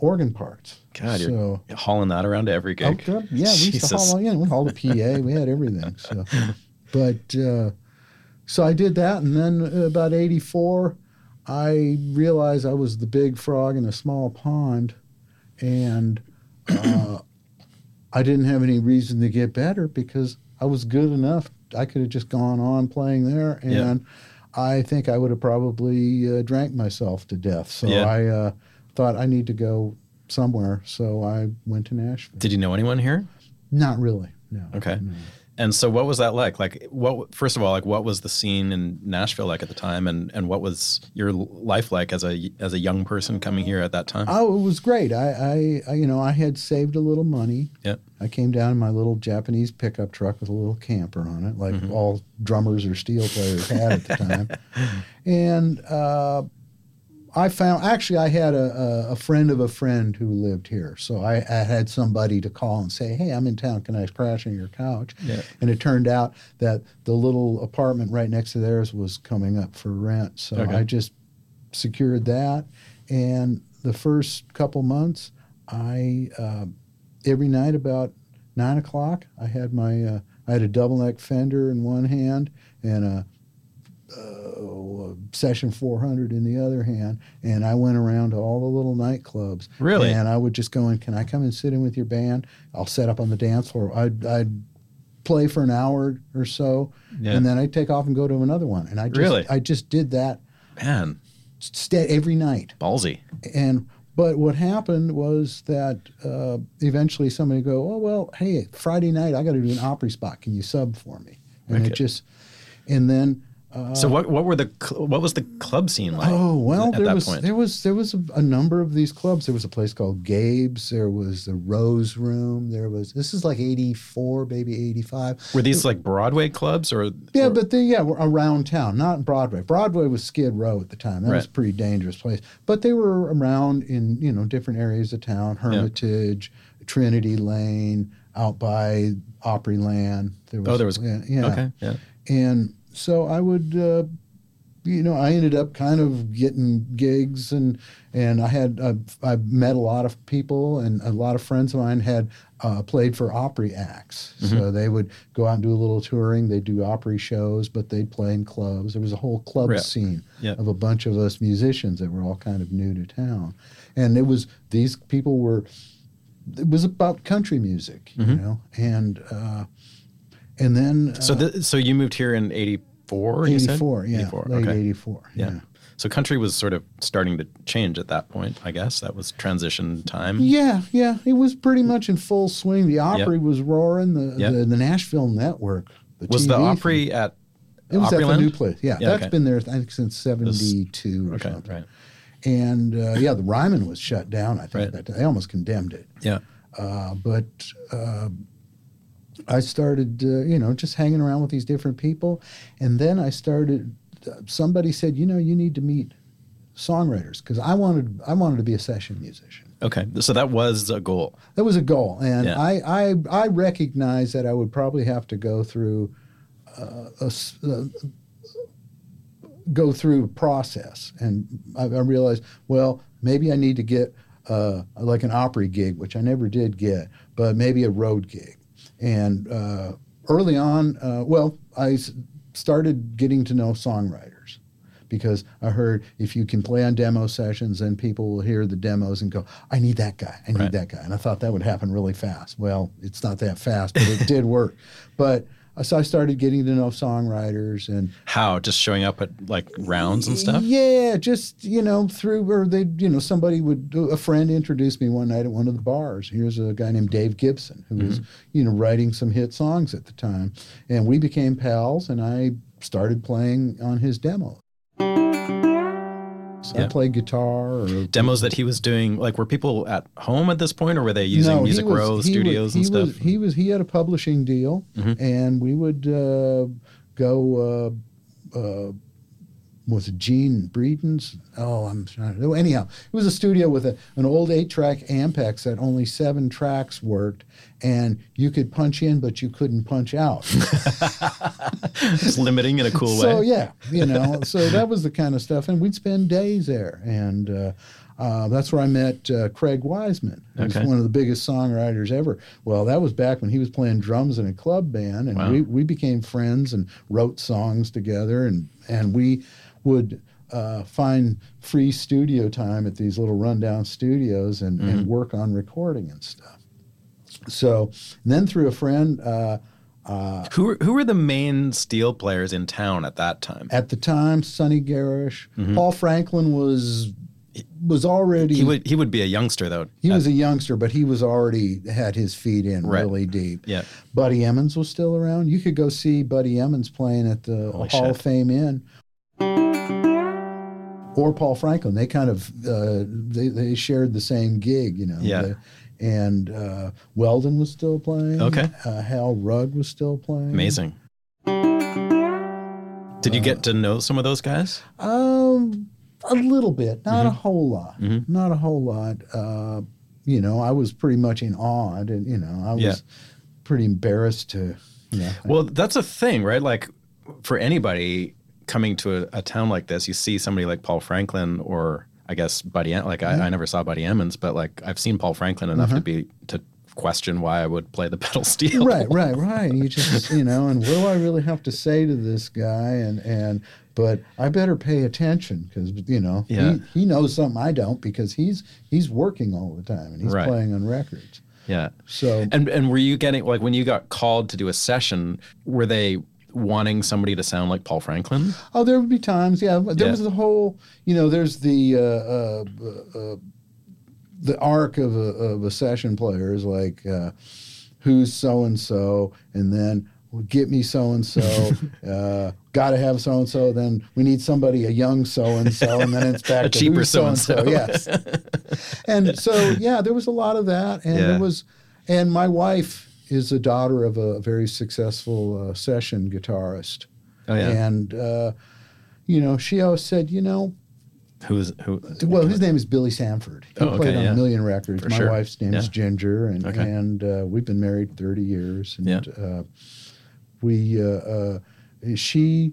S2: organ parts.
S1: God, you're
S2: so.
S1: hauling that around to every
S2: Oh,
S1: gig?
S2: God, yeah, we used to
S1: Jesus.
S2: haul in. We hauled a PA. We had everything. So, but uh, so I did that, and then about '84, I realized I was the big frog in a small pond, and uh, I didn't have any reason to get better because I was good enough. I could have just gone on playing there, and
S1: Yeah.
S2: I think I would have probably uh, drank myself to death. So
S1: Yeah.
S2: I uh, thought I need to go somewhere. So I went to Nashville.
S1: Did you know anyone here?
S2: Not really. No.
S1: Okay. And so what was that like? Like what first of all, like what was the scene in Nashville like at the time and and what was your l- life like as a as a young person coming here at that time?
S2: Oh, it was great. I, I, I, you know, I had saved a little money.
S1: yeah.
S2: I came down in my little Japanese pickup truck with a little camper on it, like all drummers or steel players had at the time. And uh, I found actually I had a, a, a friend of a friend who lived here, so I, I had somebody to call and say, "Hey, I'm in town. Can I crash on your couch?"
S1: Yeah.
S2: And it turned out that the little apartment right next to theirs was coming up for rent, so
S1: Okay.
S2: I just secured that. And the first couple months, I uh, every night about nine o'clock, I had my uh, I had a double neck Fender in one hand and a uh, session 400 in the other hand and i went around to all the little nightclubs
S1: Really?
S2: and i would just go in can i come and sit in with your band i'll set up on the dance floor i'd, I'd play for an hour or so
S1: Yeah.
S2: and then i'd take off and go to another one and i just
S1: Really?
S2: i just did that
S1: Man,
S2: st- every night
S1: ballsy.
S2: and but what happened was that uh, eventually somebody would go, oh well, hey, Friday night I got to do an Opry spot. Can you sub for me? And
S1: Wicked.
S2: it just and then
S1: so what what were the cl- what was the club scene like?
S2: Oh well,
S1: at
S2: there
S1: that
S2: was
S1: point,
S2: there was there was a, a number of these clubs. There was a place called Gabe's. There was the Rose Room. There was this is like eighty four, maybe eighty five.
S1: were these like Broadway clubs or
S2: Yeah,
S1: or-
S2: but they yeah were around town, not Broadway. Broadway was Skid Row at the time. That was a
S1: Right.
S2: pretty dangerous place. But they were around in you know different areas of town, Hermitage, Trinity Lane, out by Opryland. There was,
S1: oh there was
S2: yeah, yeah.
S1: okay yeah
S2: and so I would, uh, you know, I ended up kind of getting gigs, and and I had uh, I met a lot of people, and a lot of friends of mine had uh, played for Opry acts, so they would go out and do a little touring. They would do Opry shows, but they'd play in clubs. There was a whole club
S1: Right.
S2: scene
S1: Yeah.
S2: of a bunch of us musicians that were all kind of new to town, and it was these people were. It was about country music, you know, and uh, and then uh,
S1: so th- so you moved here in eighty four you said
S2: 84, yeah.
S1: 84,
S2: Late
S1: okay.
S2: 84.
S1: yeah.
S2: Yeah. yeah.
S1: so country was sort of starting to change at that point I guess that was transition time
S2: Yeah, It was pretty much in full swing. The Opry was roaring, the,
S1: Yep.
S2: the the Nashville network. The
S1: was the
S2: TV
S1: Opry at
S2: thing. It was at
S1: Opryland?
S2: the new place. Yeah,
S1: Yeah,
S2: that's
S1: okay.
S2: been there I think since 72 or
S1: okay
S2: something.
S1: right
S2: And uh, yeah, the Ryman was shut down, I
S1: Right.
S2: think. That, they almost condemned it.
S1: yeah
S2: Uh, but uh, I started, uh, you know, just hanging around with these different people. And then I started, uh, somebody said, you know, you need to meet songwriters because I wanted, I wanted to be a session musician.
S1: okay so that was a goal
S2: That was a goal, and
S1: Yeah.
S2: I, I I recognized that I would probably have to go through uh, a s- uh, go through a process, and I, I realized well maybe I need to get uh, like an Opry gig, which I never did get, but maybe a road gig. And uh, early on, uh, well, I s- started getting to know songwriters because I heard if you can play on demo sessions, then people will hear the demos and go, I need that guy, I need
S1: Right.
S2: that guy. And I thought that would happen really fast. Well, it's not that fast, but it did work. [LAUGHS] But uh, so I started getting to know songwriters and
S1: how just showing up at like rounds and stuff
S2: yeah, just you know, through or they, you know, somebody would. A friend introduced me one night at one of the bars. Here's a guy named Dave Gibson who
S1: Mm-hmm.
S2: was, you know, writing some hit songs at the time, and we became pals. And I started playing on his demos. So I
S1: Yeah.
S2: played guitar. Or,
S1: demos that he was doing like were people at home at this point or were they using
S2: No, he
S1: music
S2: was-
S1: row
S2: he
S1: studios
S2: was, he
S1: and
S2: was-
S1: stuff Mm-hmm.
S2: he was he had a publishing deal, and we would uh, go. Uh, was it Gene Breeden's? Oh, I'm trying to. Anyhow, it was a studio with a, an old eight track Ampex that only seven tracks worked, and you could punch in, but you couldn't punch out.
S1: It's limiting in a cool
S2: so,
S1: way
S2: yeah,
S1: [LAUGHS]
S2: you know, so that was the kind of stuff. And we'd spend days there. And uh, uh, that's where I met uh, Craig Wiseman, who's
S1: Okay.
S2: one of the biggest songwriters ever. Well, that was back when he was playing drums in a club band. And
S1: Wow.
S2: we, we became friends and wrote songs together. And, and we would. Uh, find free studio time at these little rundown studios and,
S1: Mm-hmm.
S2: and work on recording and stuff. So and then through a friend, uh,
S1: who were, who were the main steel players in town at that time
S2: at the time, Sonny Garish, Paul Franklin was was
S1: Mm-hmm.
S2: already
S1: he
S2: he was,
S1: would he would be a youngster though
S2: a youngster, but he was already had his feet in
S1: Right.
S2: really deep.
S1: Yeah.
S2: Buddy Emmons was still around. You could go see Buddy Emmons playing at the
S1: Holy
S2: Hall of
S1: shit.
S2: Fame Inn. Or Paul Franklin, they kind of uh, they they shared the same gig, you know.
S1: Yeah.
S2: The- and uh, Weldon was still playing.
S1: Okay.
S2: Uh, Hal Rudd was still playing.
S1: Amazing. Did you get to know some of those guys?
S2: Um, a little bit, not a
S1: Mm-hmm.
S2: whole lot, not a whole lot. Uh, you know, I was pretty much in awe, and you know, I was
S1: Yeah.
S2: pretty
S1: [LAUGHS]
S2: embarrassed to. You know,
S1: Well, that's a thing, right? Like for anybody coming to a, a town like this, you see somebody like Paul Franklin or I guess Buddy. Em- Like
S2: Mm-hmm.
S1: I, I never saw Buddy Emmons, but like I've seen Paul Franklin enough to be to question why I would play the [LAUGHS] pedal steel.
S2: right, right, right. You just, you know, and what do I really have to say to this guy? And and but I better pay attention because you know
S1: Yeah.
S2: he, he knows something I don't because he's he's working all the time and he's
S1: Right.
S2: playing on records.
S1: Yeah.
S2: So
S1: And and were you getting like when you got called to do a session, were they wanting somebody to sound like Paul Franklin?
S2: Oh, there would be times. Yeah, there
S1: Yeah.
S2: was the whole. You know, there's the uh, uh, uh, uh, the arc of a, of a session player is like uh, who's so and so, and then get me so
S1: [LAUGHS]
S2: and so. Got to have so and so. Then we need somebody a young so and so, and then it's
S1: [LAUGHS]
S2: back
S1: A
S2: to
S1: cheaper
S2: who's so-and-so.
S1: so-and-so.
S2: Yes. and so yeah, there was a lot of that, and
S1: Yeah.
S2: it was, and my wife is the daughter of a very successful uh, session guitarist,
S1: Oh yeah.
S2: and uh, you know she always said, you know,
S1: Who's who?
S2: well, his name is Billy Sanford. He
S1: Oh, okay,
S2: played on
S1: yeah.
S2: a million records.
S1: For
S2: My
S1: sure.
S2: wife's name is
S1: Yeah.
S2: Ginger, and
S1: Okay.
S2: and uh, we've been married thirty years. And
S1: Yeah.
S2: uh, we, uh, uh, she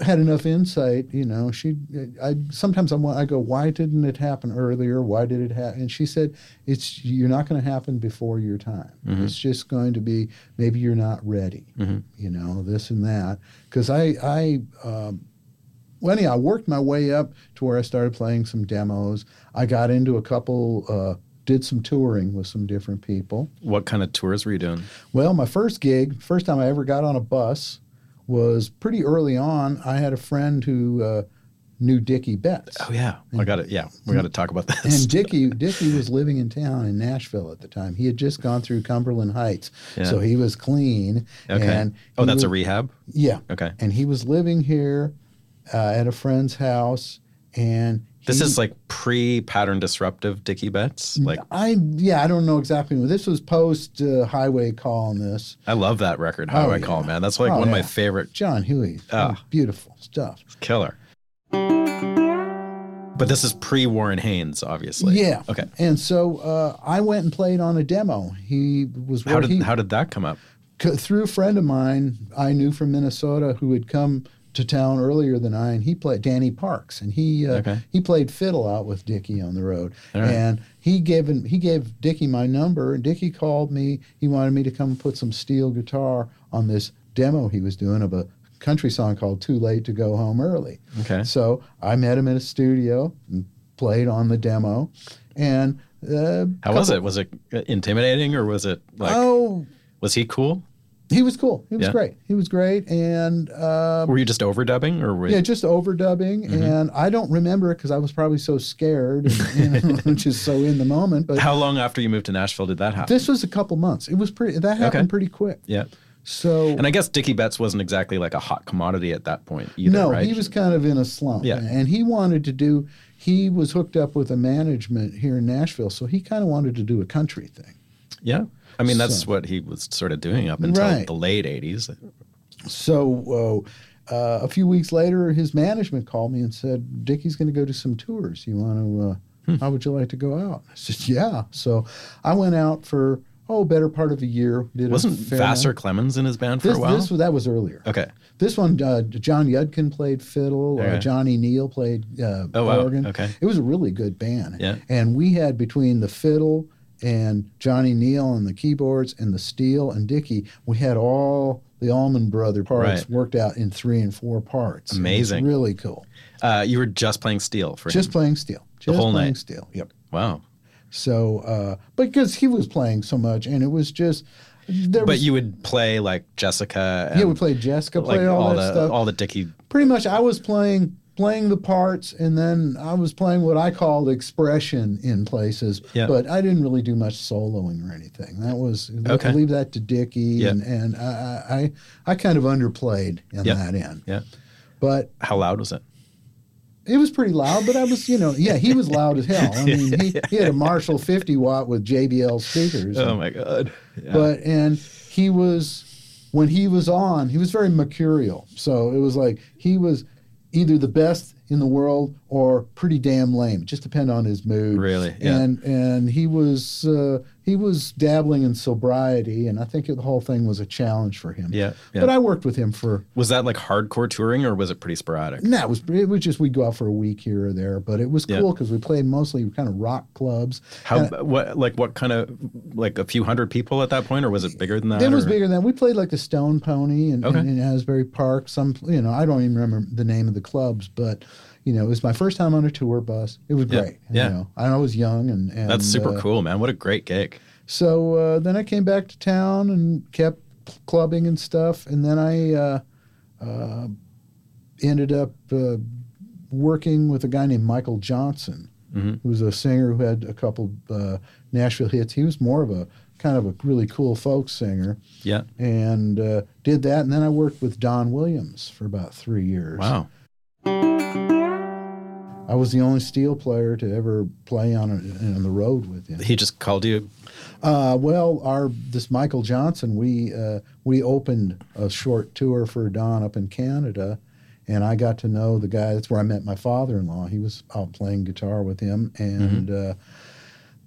S2: had enough insight. You know, she. uh, I sometimes I'm, I go, why didn't it happen earlier? Why did it happen? And she said, it's you're not going to happen before your time. It's just going to be maybe you're not ready. You know, this and that. Because I I. Um, well, anyhow, I worked my way up to where I started playing some demos. I got into a couple, uh, did some touring with some different people.
S1: What kind of tours were you doing?
S2: Well, my first gig, first time I ever got on a bus, was pretty early on. I had a friend who uh, knew Dickie Betts.
S1: Oh yeah, I got it. Yeah, we got to talk about this.
S2: And Dickie, Dickie was living in town in Nashville at the time. He had just gone through Cumberland Heights,
S1: Yeah.
S2: so he was clean.
S1: [LAUGHS] okay.
S2: And
S1: Oh,
S2: he
S1: that's
S2: was-
S1: a rehab.
S2: yeah.
S1: Okay.
S2: And he was living here uh, at a friend's house, and
S1: This
S2: he- Mm.
S1: is like pre-pattern disruptive Dicky Betts. Like
S2: I yeah, I don't know exactly. when. This was post uh, Highway Call on this.
S1: I love that record. How
S2: Oh,
S1: do I
S2: yeah.
S1: call it, man? That's like
S2: Oh,
S1: one of my
S2: yeah.
S1: favorite
S2: John Huey,
S1: Ah.
S2: oh, beautiful stuff.
S1: killer. But this is pre Warren Haynes, obviously.
S2: Yeah.
S1: Okay.
S2: And so uh, I went and played on a demo. He was
S1: How did
S2: working
S1: how did that come up?
S2: c- through a friend of mine I knew from Minnesota who had come to town earlier than I, and he played Danny Parks, and he uh,
S1: Okay.
S2: he played fiddle out with Dickie on the road,
S1: All right.
S2: and he gave him, he gave Dickie my number, and Dickie called me. He wanted me to come put some steel guitar on this demo he was doing of a country song called "Too Late to Go Home Early."
S1: Okay.
S2: So I met him in a studio and played on the demo, and. Uh,
S1: How was it? Was it intimidating or was it like
S2: oh,
S1: was he cool?
S2: he was cool. He was
S1: Yeah.
S2: great. He was great, and um,
S1: Were you just overdubbing or were
S2: Yeah,
S1: you,
S2: just overdubbing,
S1: Mm-hmm.
S2: and I don't remember because I was probably so scared,
S1: [LAUGHS]
S2: and, you know, [LAUGHS] just so in the moment. But
S1: how long after you moved to Nashville did that happen?
S2: this was a couple months. It was pretty. That happened
S1: Okay.
S2: pretty quick.
S1: yeah.
S2: So
S1: And I guess Dicky Betts wasn't exactly like a hot commodity at that point either,
S2: no,
S1: right?
S2: he was kind of in a slump.
S1: Yeah.
S2: and he wanted to do. He was hooked up with a management here in Nashville, so he kind of wanted to do a country thing.
S1: Yeah. I mean, that's
S2: So-
S1: what he was sort of doing up until
S2: Right.
S1: the late 80s.
S2: So uh, uh, a few weeks later, his management called me and said, "Dickie's going to go do some tours. You want to? Uh,
S1: Hmm.
S2: How would you like to go out?" I said, "Yeah." So I went out for oh, better part of a year. Did a
S1: Wasn't
S2: fair
S1: Vassar
S2: amount.
S1: Clemens in his band for
S2: This,
S1: a while?
S2: this that was earlier.
S1: okay.
S2: This one, uh, John Yudkin played fiddle.
S1: Okay.
S2: Uh, Johnny Neal played uh,
S1: Oh, wow.
S2: organ.
S1: Okay.
S2: It was a really good band.
S1: Yeah.
S2: And we had between the fiddle and Johnny Neal and the keyboards and the steel and Dickey, we had all the Allman Brother parts
S1: Right.
S2: worked out in three and four parts. And it was
S1: Amazing.
S2: really cool.
S1: Uh, you were just playing steel for
S2: Just
S1: him.
S2: playing steel. Just
S1: whole
S2: playing
S1: night.
S2: steel. Yep.
S1: Wow.
S2: So, uh, because he was playing so much and it was just, there
S1: But
S2: was,
S1: you would play like Jessica and
S2: yeah, we played Jessica,
S1: like
S2: played all, that
S1: the
S2: stuff.
S1: all the Dicky.
S2: pretty much I was playing playing the parts and then I was playing what I called expression in places.
S1: Yeah.
S2: But I didn't really do much soloing or anything. That was
S1: Okay.
S2: leave that to Dickie
S1: Yeah.
S2: and, and I, I I- I kind of underplayed in
S1: Yeah.
S2: that end.
S1: Yeah.
S2: But
S1: How loud was it?
S2: it was pretty loud, but I was, you know, yeah, he was loud as hell.
S1: [LAUGHS]
S2: I mean, he, he had a Marshall 50 watt with JBL speakers.
S1: Oh my god. Yeah.
S2: But and he was when he was on, he was very mercurial. So it was like he was either the best in the world or pretty damn lame. It just depend on his mood.
S1: Really? Yeah.
S2: And and he was uh, he was dabbling in sobriety, and I think the whole thing was a challenge for him.
S1: Yeah, yeah.
S2: But I worked with him for
S1: was that like hardcore touring or was it pretty sporadic?
S2: no, it was it was just we'd go out for a week here or there, but it was
S1: Yeah.
S2: cool because we played mostly kind of rock clubs.
S1: How
S2: Uh,
S1: what like what kind of like a few hundred people at that point or was it bigger than that?
S2: It was
S1: or-
S2: bigger than we played like the Stone Pony and,
S1: Okay.
S2: and in Asbury Park. Some you know I don't even remember the name of the clubs, but you know it was my first time on a tour bus. It was
S1: Yeah.
S2: great.
S1: Yeah.
S2: You know, and I was young and, and
S1: That's super
S2: uh,
S1: cool, man. What a great gig.
S2: So uh, then I came back to town and kept clubbing and stuff, and then I uh, uh, ended up uh, working with a guy named Michael
S1: Mm-hmm.
S2: Johnson, who was a singer who had a couple uh, Nashville hits. He was more of a kind of a really cool folk singer,
S1: Yeah.
S2: and uh, did that. And then I worked with Don Williams for about three years.
S1: Wow.
S2: I was the only steel player to ever play on, a, on the road with him.
S1: He just called you.
S2: Uh, well, our this Michael Johnson, we uh, we opened a short tour for Don up in Canada, and I got to know the guy. That's where I met my father-in-law. He was out playing guitar with him, and
S1: Mm-hmm.
S2: uh,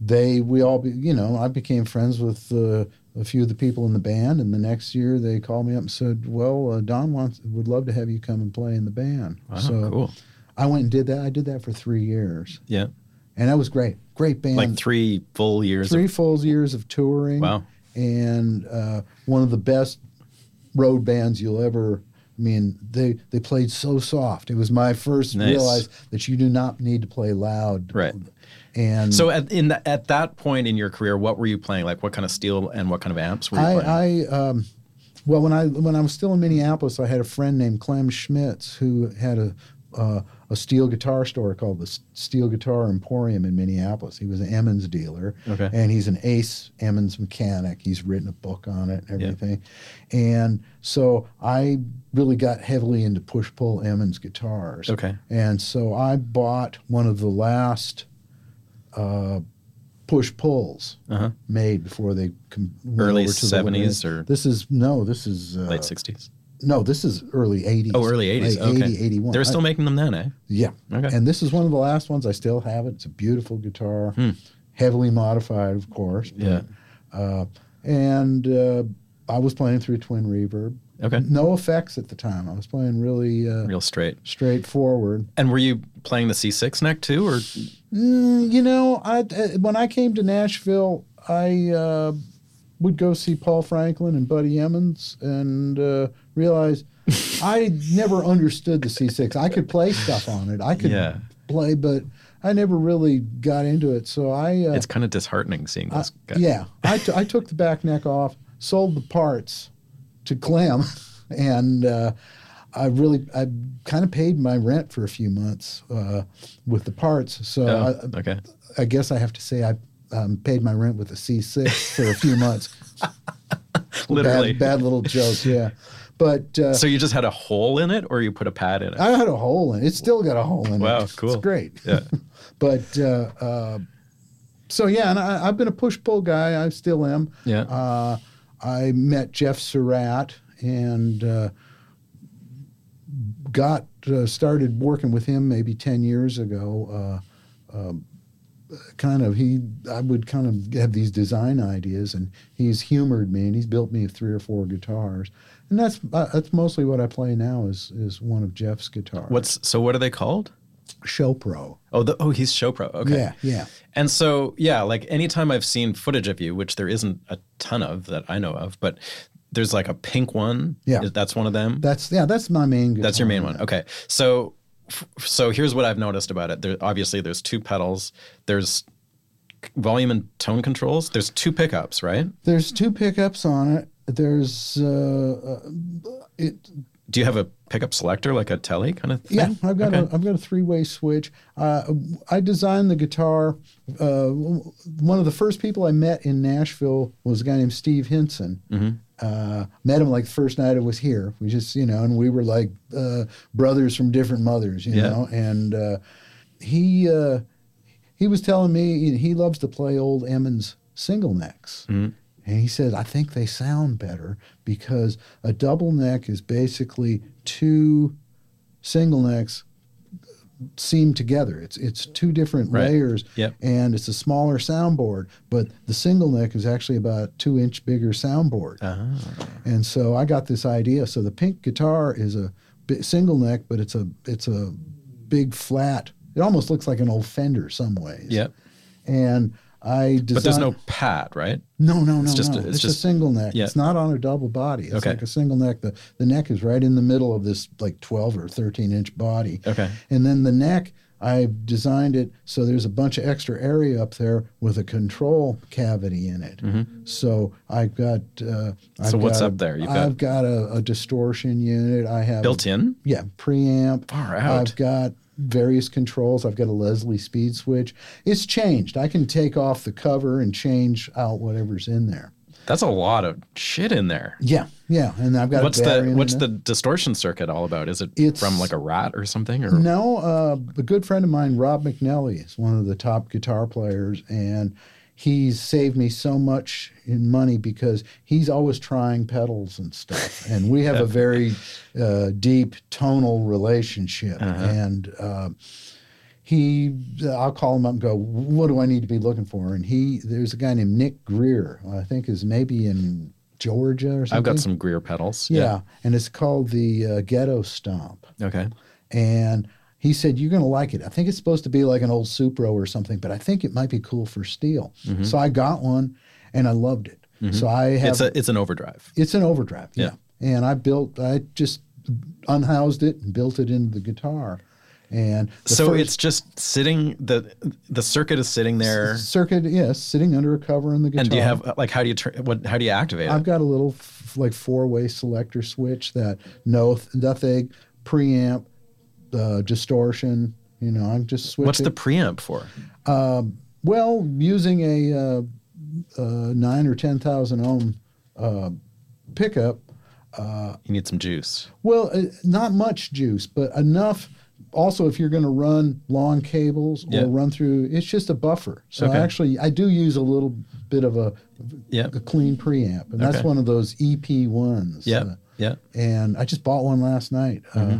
S2: they we all be, you know I became friends with uh, a few of the people in the band. And the next year, they called me up and said, "Well, uh, Don wants would love to have you come and play in the band."
S1: Wow.
S2: so
S1: cool.
S2: I went and did that. I did that for three years,
S1: Yeah.
S2: and that was great. Great band
S1: Like three full years.
S2: three
S1: Of,
S2: full years of touring.
S1: Wow.
S2: And uh, one of the best road bands you'll ever. I mean, they they played so soft. It was my first
S1: Nice.
S2: realize that you do not need to play loud.
S1: Right.
S2: And
S1: so at in the, at that point in your career, what were you playing? Like what kind of steel and what kind of amps were you playing?
S2: I, I um, well, when I when I was still in Minneapolis, I had a friend named Clem Schmitz who had a uh, a steel guitar store called the S- Steel Guitar Emporium in Minneapolis. He was an Emmons dealer,
S1: Okay.
S2: and he's an ace Emmons mechanic. He's written a book on it and
S1: Yeah.
S2: everything, and so I really got heavily into push pull Emmons guitars.
S1: Okay.
S2: and so I bought one of the last. Uh, push pulls
S1: Uh-huh.
S2: made before they com- went
S1: Early
S2: over to the Liberty.
S1: 70s or-
S2: this is no this is uh,
S1: Late sixties.
S2: no this is early 80s
S1: Oh, early eighties.
S2: like
S1: okay.
S2: 80 81
S1: They're still
S2: I-
S1: making them then, eh?
S2: yeah
S1: Okay.
S2: and this is one of the last ones i still have it it's a beautiful guitar heavily modified of course but,
S1: Hmm. Yeah.
S2: uh, and uh, i was playing through twin reverb
S1: Okay.
S2: no effects at the time i was playing really uh,
S1: Real straight.
S2: straightforward
S1: And were you playing the C6 neck E too, or
S2: Mm, you know, I, uh, when I came to Nashville, I uh, would go see Paul Franklin and Buddy Emmons and uh,
S1: [LAUGHS]
S2: realize I never understood the C6. I could play stuff on it. I could
S1: Yeah.
S2: play, but I never really got into it. So I, uh,
S1: it's kind of disheartening seeing
S2: I
S1: those guys?
S2: Uh, yeah, I, t- I took the back neck off, sold the parts to Clem, [LAUGHS] and uh, I really I kind of paid my rent for a few months uh, with the parts. So
S1: Oh,
S2: I,
S1: okay.
S2: I guess I have to say I um, paid my rent with a C6 for a few months.
S1: [LAUGHS] Literally.
S2: Bad, bad little joke, yeah. But uh,
S1: So you just had a hole in it, or you put a pad in it?
S2: I had a hole in it. It's still got a hole in it.
S1: Wow, cool.
S2: It's great.
S1: yeah.
S2: [LAUGHS] But uh, uh, so, yeah, and I, I've been a push pull guy. I still am.
S1: Yeah.
S2: Uh, I met Jeff Surratt and uh, got uh, started working with him maybe 10 years ago. Uh, kind of he I would kind of have these design ideas and he's humored me and he's built me three or four guitars and that's uh, that's mostly what I play now is is one of Jeff's guitars
S1: What's so? What are they called?
S2: Showpro
S1: Oh, the, oh, he's Showpro. Okay.
S2: yeah yeah
S1: And so, yeah, like anytime I've seen footage of you, which there isn't a ton of that I know of, but there's like a pink one.
S2: Yeah.
S1: Is- That's one of them.
S2: that's yeah that's my main guitar
S1: That's your main one. Okay. So, f- so here's what I've noticed about it. There, obviously, there's two pedals. There's volume and tone controls. There's two pickups, right?
S2: there's two pickups on it there's uh, uh, it
S1: Do you have a pickup selector, like a telly kind of thing?
S2: Yeah, I've got a I've got a three way switch. Uh, I designed the guitar. Uh, one of the first people I met in Nashville was a guy named Steve Henson. Uh, met him like the first night I was here. We just you know, and we were like uh, brothers from different mothers, you
S1: Yeah.
S2: know. And uh, he uh, he was telling me you know, he loves to play old Emmons single necks. And he said, I think they sound better because a double neck is basically two single necks seam together. It's it's two different
S1: Right.
S2: layers,
S1: Yep.
S2: and it's a smaller soundboard. But the single neck is actually about a two inch bigger soundboard.
S1: Ah.
S2: And so I got this idea. So the pink guitar is a bi- single neck, but it's a it's a big flat. It almost looks like an old Fender some ways.
S1: Yeah.
S2: And I designed,
S1: But there's no pad, right?
S2: no, no, no,
S1: just-
S2: no.
S1: it's
S2: It's,
S1: just-
S2: a single neck.
S1: yeah.
S2: It's not on a double body. It's
S1: Okay.
S2: like a single neck. The the neck is right in the middle of this like 12 or 13 inch body.
S1: Okay.
S2: And then the neck, I've designed it so there's a bunch of extra area up there with a control cavity in it. So I've got. Uh, I've
S1: Mm-hmm. So what's
S2: got
S1: up
S2: a-
S1: there? You've got-
S2: I've got a, a distortion unit. I have
S1: Built in?
S2: Yeah, preamp.
S1: Far out.
S2: I've got various controls. I've got a Leslie speed switch. It's changed. I can take off the cover and change out whatever's in there.
S1: That's a lot of shit in there.
S2: Yeah, yeah. And I've got
S1: What's
S2: a battery
S1: the
S2: in
S1: what's
S2: there.
S1: the distortion circuit all about? Is it
S2: It's-
S1: from like a rat or something? Or
S2: No, uh, a good friend of mine, Rob McNelly, is one of the top guitar players, and he's saved me so much in money because he's always trying pedals and stuff. And we
S1: [LAUGHS]
S2: have a very uh, deep tonal relationship.
S1: Uh-huh.
S2: And uh, he, I'll call him up and go, What do I need to be looking for? And he, there's a guy named Nick Greer, I think is maybe in Georgia or something.
S1: I've got some Greer pedals.
S2: Yeah, and it's called the uh, Ghetto Stomp
S1: Yeah. Okay.
S2: and he said you're going to like it i think it's supposed to be like an old supro or something but i think it might be cool for steel so i got one and i loved it so i have
S1: Mm-hmm. It's a it's an overdrive.
S2: it's an overdrive
S1: Yeah.
S2: yeah. and i built i just unhoused it and built it into the guitar and the
S1: so
S2: first
S1: it's just sitting the the circuit is sitting there.
S2: circuit yes sitting under a cover in the guitar
S1: And do you have like how do you turn what how do you activate it?
S2: I've got a little f- like four-way selector switch that no nothing preamp, uh, distortion. You know, I'm just switching.
S1: What's the preamp for?
S2: Well, using a uh, uh, nine or ten thousand ohm uh, pickup,
S1: You need some juice.
S2: well, uh, not much juice, but enough. Also, if you're going to run long cables or
S1: Yeah.
S2: run through, it's just a buffer. So
S1: Okay.
S2: actually, I do use a little bit of a,
S1: Yeah.
S2: a clean preamp, and that's
S1: Okay.
S2: one of those EP ones.
S1: Yeah.
S2: uh,
S1: yeah.
S2: and I just bought one last night.
S1: Mm-hmm.
S2: Uh,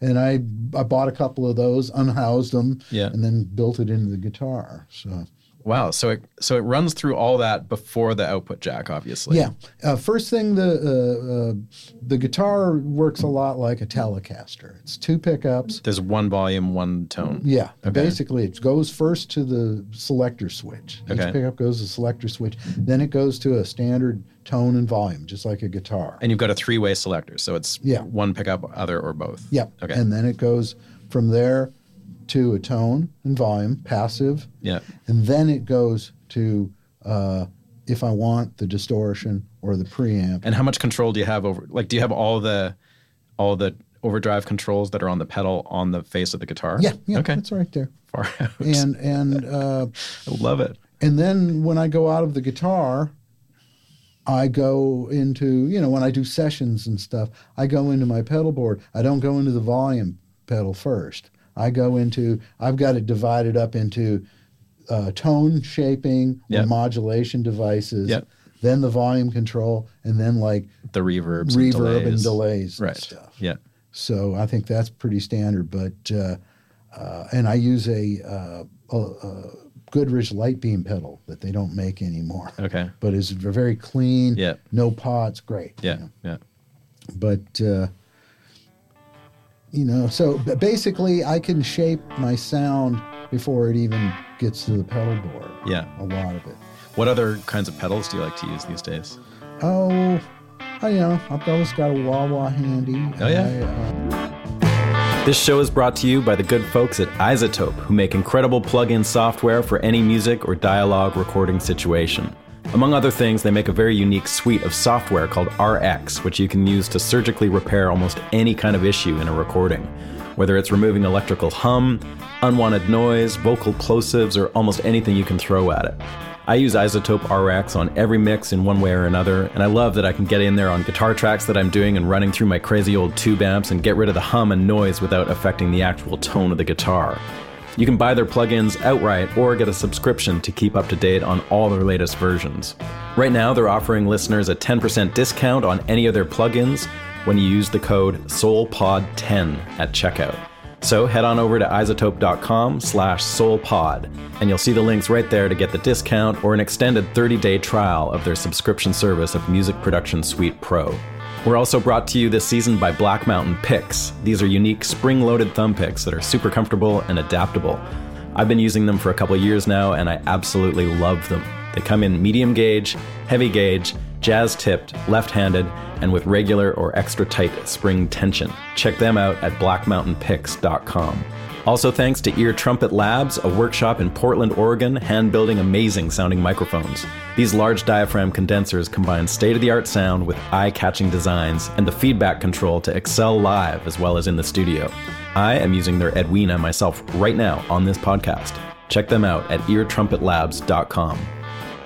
S2: and I I bought a couple of those, unhoused them,
S1: Yeah.
S2: and then built it into the guitar. So.
S1: Wow. So it so it runs through all that before the output jack, obviously.
S2: Yeah. Uh, first thing, the uh, uh, the guitar works a lot like a Telecaster. It's two pickups.
S1: There's one volume, one tone.
S2: Yeah. Basically, it goes first to the selector switch.
S1: Okay.
S2: Each pickup goes to the selector switch. Then it goes to a standard tone and volume, just like a guitar.
S1: And you've got a three way selector. So it's
S2: Yeah.
S1: one pickup, other or both.
S2: yep.
S1: Okay.
S2: And then it goes from there to a tone and volume, passive.
S1: yeah.
S2: And then it goes to uh, if I want the distortion or the preamp.
S1: And how much control do you have over like do you have all the all the overdrive controls that are on the pedal on the face of the guitar?
S2: yeah. Yeah.
S1: Okay.
S2: It's right there.
S1: Far out.
S2: And and uh,
S1: I love it.
S2: And then when I go out of the guitar, I go into, you know, when I do sessions and stuff, I go into my pedal board. I don't go into the volume pedal first. I go into, I've got it divided up into uh, tone shaping
S1: Yep.
S2: or modulation devices,
S1: Yep.
S2: then the volume control, and then like
S1: The reverbs and
S2: reverb
S1: delays.
S2: and delays
S1: Right.
S2: and stuff.
S1: Yeah.
S2: So I think that's pretty standard. But uh, uh, and I use a, uh, a, a Goodrich light beam pedal that they don't make anymore.
S1: Okay.
S2: But it's v- very clean.
S1: Yeah.
S2: No pots. Great. you
S1: Yeah.
S2: know.
S1: Yeah.
S2: But uh, you know, so b- basically, I can shape my sound before it even gets to the pedal board.
S1: Yeah.
S2: A lot of it.
S1: What other kinds of pedals do you like to use these days?
S2: Oh, I you know. I've always got a wah wah handy.
S1: Oh, yeah?
S2: I, uh,
S1: This show is brought to you by the good folks at Isotope, who make incredible plug in software for any music or dialogue recording situation. Among other things, they make a very unique suite of software called RX, which you can use to surgically repair almost any kind of issue in a recording. Whether it's removing electrical hum, unwanted noise, vocal plosives, or almost anything you can throw at it. I use Isotope RX on every mix in one way or another, and I love that I can get in there on guitar tracks that I'm doing and running through my crazy old tube amps and get rid of the hum and noise without affecting the actual tone of the guitar. You can buy their plugins outright or get a subscription to keep up to date on all their latest versions. Right now, they're offering listeners a 10% discount on any of their plugins when you use the code SOULPOD10 at checkout. So head on over to isotope.com slash soulpod, and you'll see the links right there to get the discount or an extended 30-day trial of their subscription service of Music Production Suite Pro. We're also brought to you this season by Black Mountain Picks. These are unique spring-loaded thumb picks that are super comfortable and adaptable. I've been using them for a couple years now, and I absolutely love them. They come in medium gauge, heavy gauge, jazz tipped, left handed, and with regular or extra tight spring tension. Check them out at blackmountainpicks.com. Also, thanks to Ear Trumpet Labs, a workshop in Portland, Oregon, hand building amazing sounding microphones. These large diaphragm condensers combine state of the art sound with eye catching designs and the feedback control to excel live as well as in the studio. I am using their Edwina myself right now on this podcast. Check them out at eartrumpetlabs.com.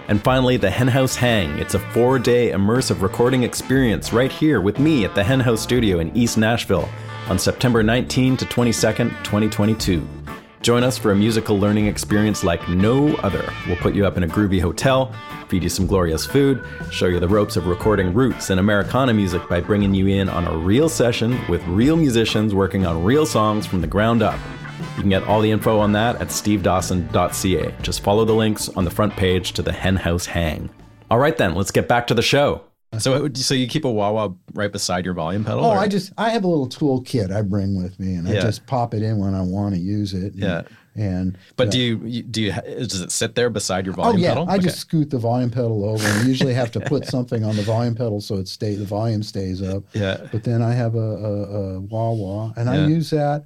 S1: And finally, the Henhouse Hang. It's a four day immersive recording experience right here with me at the Henhouse Studio in East Nashville on September 19 to 22nd, 2022. Join us for a musical learning experience like no other. We'll put you up in a groovy hotel, feed you some glorious food, show you the ropes of recording roots and Americana music by bringing you in on a real session with real musicians working on real songs from the ground up. You can get all the info on that at stevedawson.ca. Just follow the links on the front page to the Hen House Hang. All right, then, let's get back to the show. So, it would- so you keep a wah wah right beside your volume pedal?
S2: Oh,
S1: or-
S2: I just I have a little toolkit I bring with me, and I
S1: Yeah.
S2: just pop it in when I want to use it. And,
S1: Yeah.
S2: and
S1: But
S2: yeah.
S1: do you you- do you ha- does it sit there beside your
S2: Oh
S1: volume
S2: yeah,
S1: pedal?
S2: I just scoot the volume pedal over, and usually have
S1: [LAUGHS]
S2: to put something on the volume pedal so it stay the volume stays up.
S1: Yeah.
S2: But then I have a, a, a wah wah, and
S1: Yeah.
S2: I use that,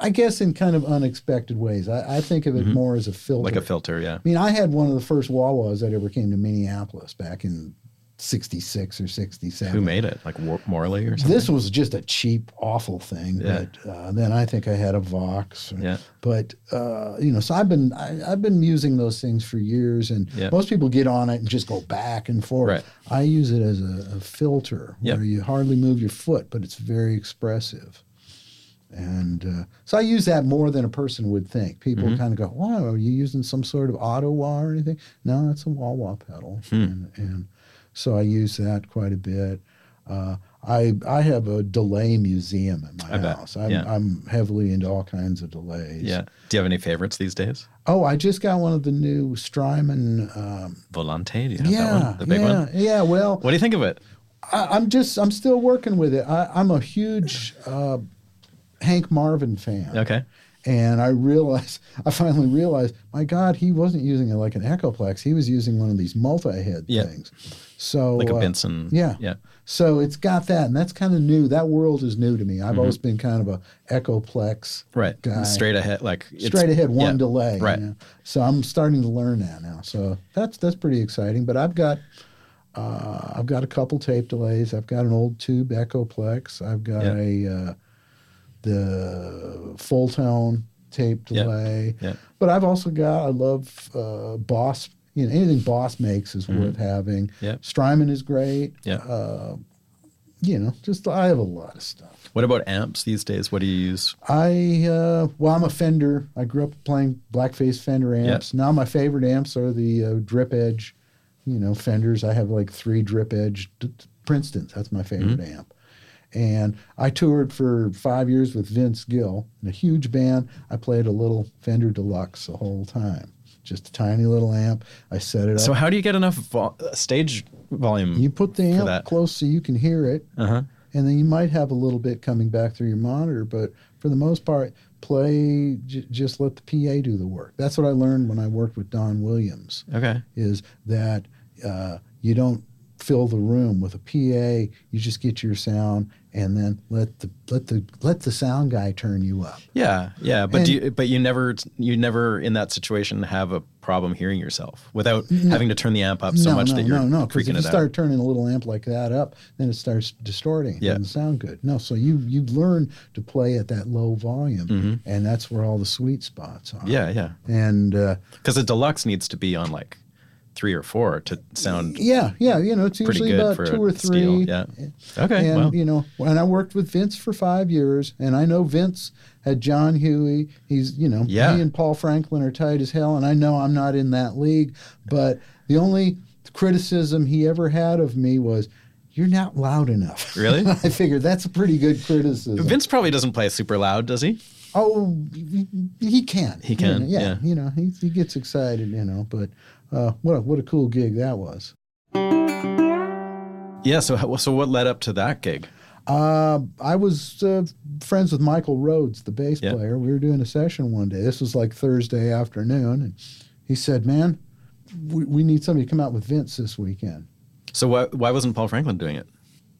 S2: I guess, in kind of unexpected ways. I, I think of it more as a filter.
S1: Mm-hmm. like a filter, yeah.
S2: I mean, I had one of the first Wawas that ever came to Minneapolis back in '66 or '67.
S1: Who made it? Like War- Morley or something?
S2: This was just a cheap, awful thing.
S1: Yeah.
S2: But uh, then I think I had a Vox.
S1: Yeah.
S2: But uh, you know, so I've been I, I've been using those things for years, and
S1: Yeah.
S2: most people get on it and just go back and forth.
S1: Right.
S2: I use it as a, a filter
S1: Yeah.
S2: where you hardly move your foot, but it's very expressive. And uh, so I use that more than a person would think. People
S1: Mm-hmm.
S2: kind of go, "Wow, are you using some sort of auto wah or anything?" No, it's a wah wah pedal,
S1: Hmm.
S2: and, and so I use that quite a bit. Uh, I I have a delay museum in my
S1: I bet,
S2: house. I'm,
S1: yeah.
S2: I'm heavily into all kinds of delays.
S1: Yeah. Do you have any favorites these days?
S2: Oh, I just got one of the new Strymon. Um,
S1: Volante, do you have
S2: yeah,
S1: that one? The big
S2: yeah,
S1: one?
S2: yeah. Well,
S1: What do you think of it?
S2: I, I'm just I'm still working with it. I, I'm a huge uh, Hank Marvin fan.
S1: Okay.
S2: And I realized, I finally realized, my God, he wasn't using it like an Echoplex. He was using one of these multi-head
S1: Yeah.
S2: things. So
S1: Like a
S2: uh,
S1: Benson.
S2: yeah.
S1: Yeah.
S2: So it's got that, and that's kind of new. That world is new to me. I've always been kind of a Echoplex
S1: Mm-hmm. Right.
S2: guy.
S1: Straight ahead. Like it's-
S2: Straight ahead, one
S1: yeah,
S2: delay.
S1: Right.
S2: you know. So I'm starting to learn that now. So that's that's pretty exciting. But I've got uh, I've got a couple tape delays. I've got an old tube Echoplex. I've got
S1: Yeah.
S2: a uh, the full tone tape
S1: Yeah.
S2: delay.
S1: Yeah.
S2: But I've also got I love uh, Boss. You know anything Boss makes is worth having.
S1: Mm-hmm. Yeah.
S2: Strymon is great.
S1: Yeah.
S2: You know, just I have a lot of stuff.
S1: what about amps these days? What do you use?
S2: I uh, well, I'm a Fender. I grew up playing blackface Fender amps. Now my favorite amps are the uh, drip edge, you know, Fenders. I have like three drip edge d- d- Princeton's. That's my favorite amp. And I toured for five years with Vince Gill in a huge band. I played a little Fender Deluxe the whole time, just a tiny little amp. I set it up.
S1: So how do you get enough vo- uh, stage volume?
S2: Uh, You put the amp
S1: that.
S2: close so you can hear it, and then you might have a little bit coming back through your monitor. But for the most part, play. J- just let the PA do the work. That's what I learned when I worked with Don Williams.
S1: okay.
S2: Is that uh, you don't fill the room with a PA. You just get your sound, and then let the let the let the sound guy turn you up.
S1: Yeah, yeah, but do
S2: And-
S1: you, but you never you never in that situation have a problem hearing yourself without having to turn the amp up so much
S2: no,
S1: that you're
S2: no, no, 'cause
S1: freaking
S2: if you
S1: it
S2: start turning a little amp like that up, then it starts distorting. It
S1: Yeah.
S2: doesn't sound good. No, so you you learn to play at that low volume, and that's where all the sweet spots are.
S1: out. Mm-hmm. Yeah, yeah,
S2: And uh,
S1: because a deluxe needs to be on like three or four to sound
S2: yeah, yeah, you know, it's
S1: pretty
S2: usually
S1: good
S2: about
S1: for
S2: two
S1: a
S2: or
S1: steel.
S2: three.
S1: Yeah. Okay.
S2: and
S1: well,
S2: you know, and I worked with Vince for five years, and I know Vince had John Huey. He's you know,
S1: Yeah.
S2: he and Paul Franklin are tight as hell, and I know I'm not in that league. But the only criticism he ever had of me was, "You're not loud enough."
S1: Really?
S2: [LAUGHS] I figured that's a pretty good criticism.
S1: Vince probably doesn't play super loud, does he?
S2: Oh, he- he can.
S1: He can,
S2: You know,
S1: yeah.
S2: you know, he, he gets excited. You know, but uh, what a, what a cool gig that was.
S1: Yeah. So how- so what led up to that gig?
S2: Uh, I was uh, friends with Michael Rhodes, the bass
S1: Yeah.
S2: player. We were doing a session one day. This was like Thursday afternoon, and he said, "Man, we, we need somebody to come out with Vince this weekend."
S1: So why why wasn't Paul Franklin doing it?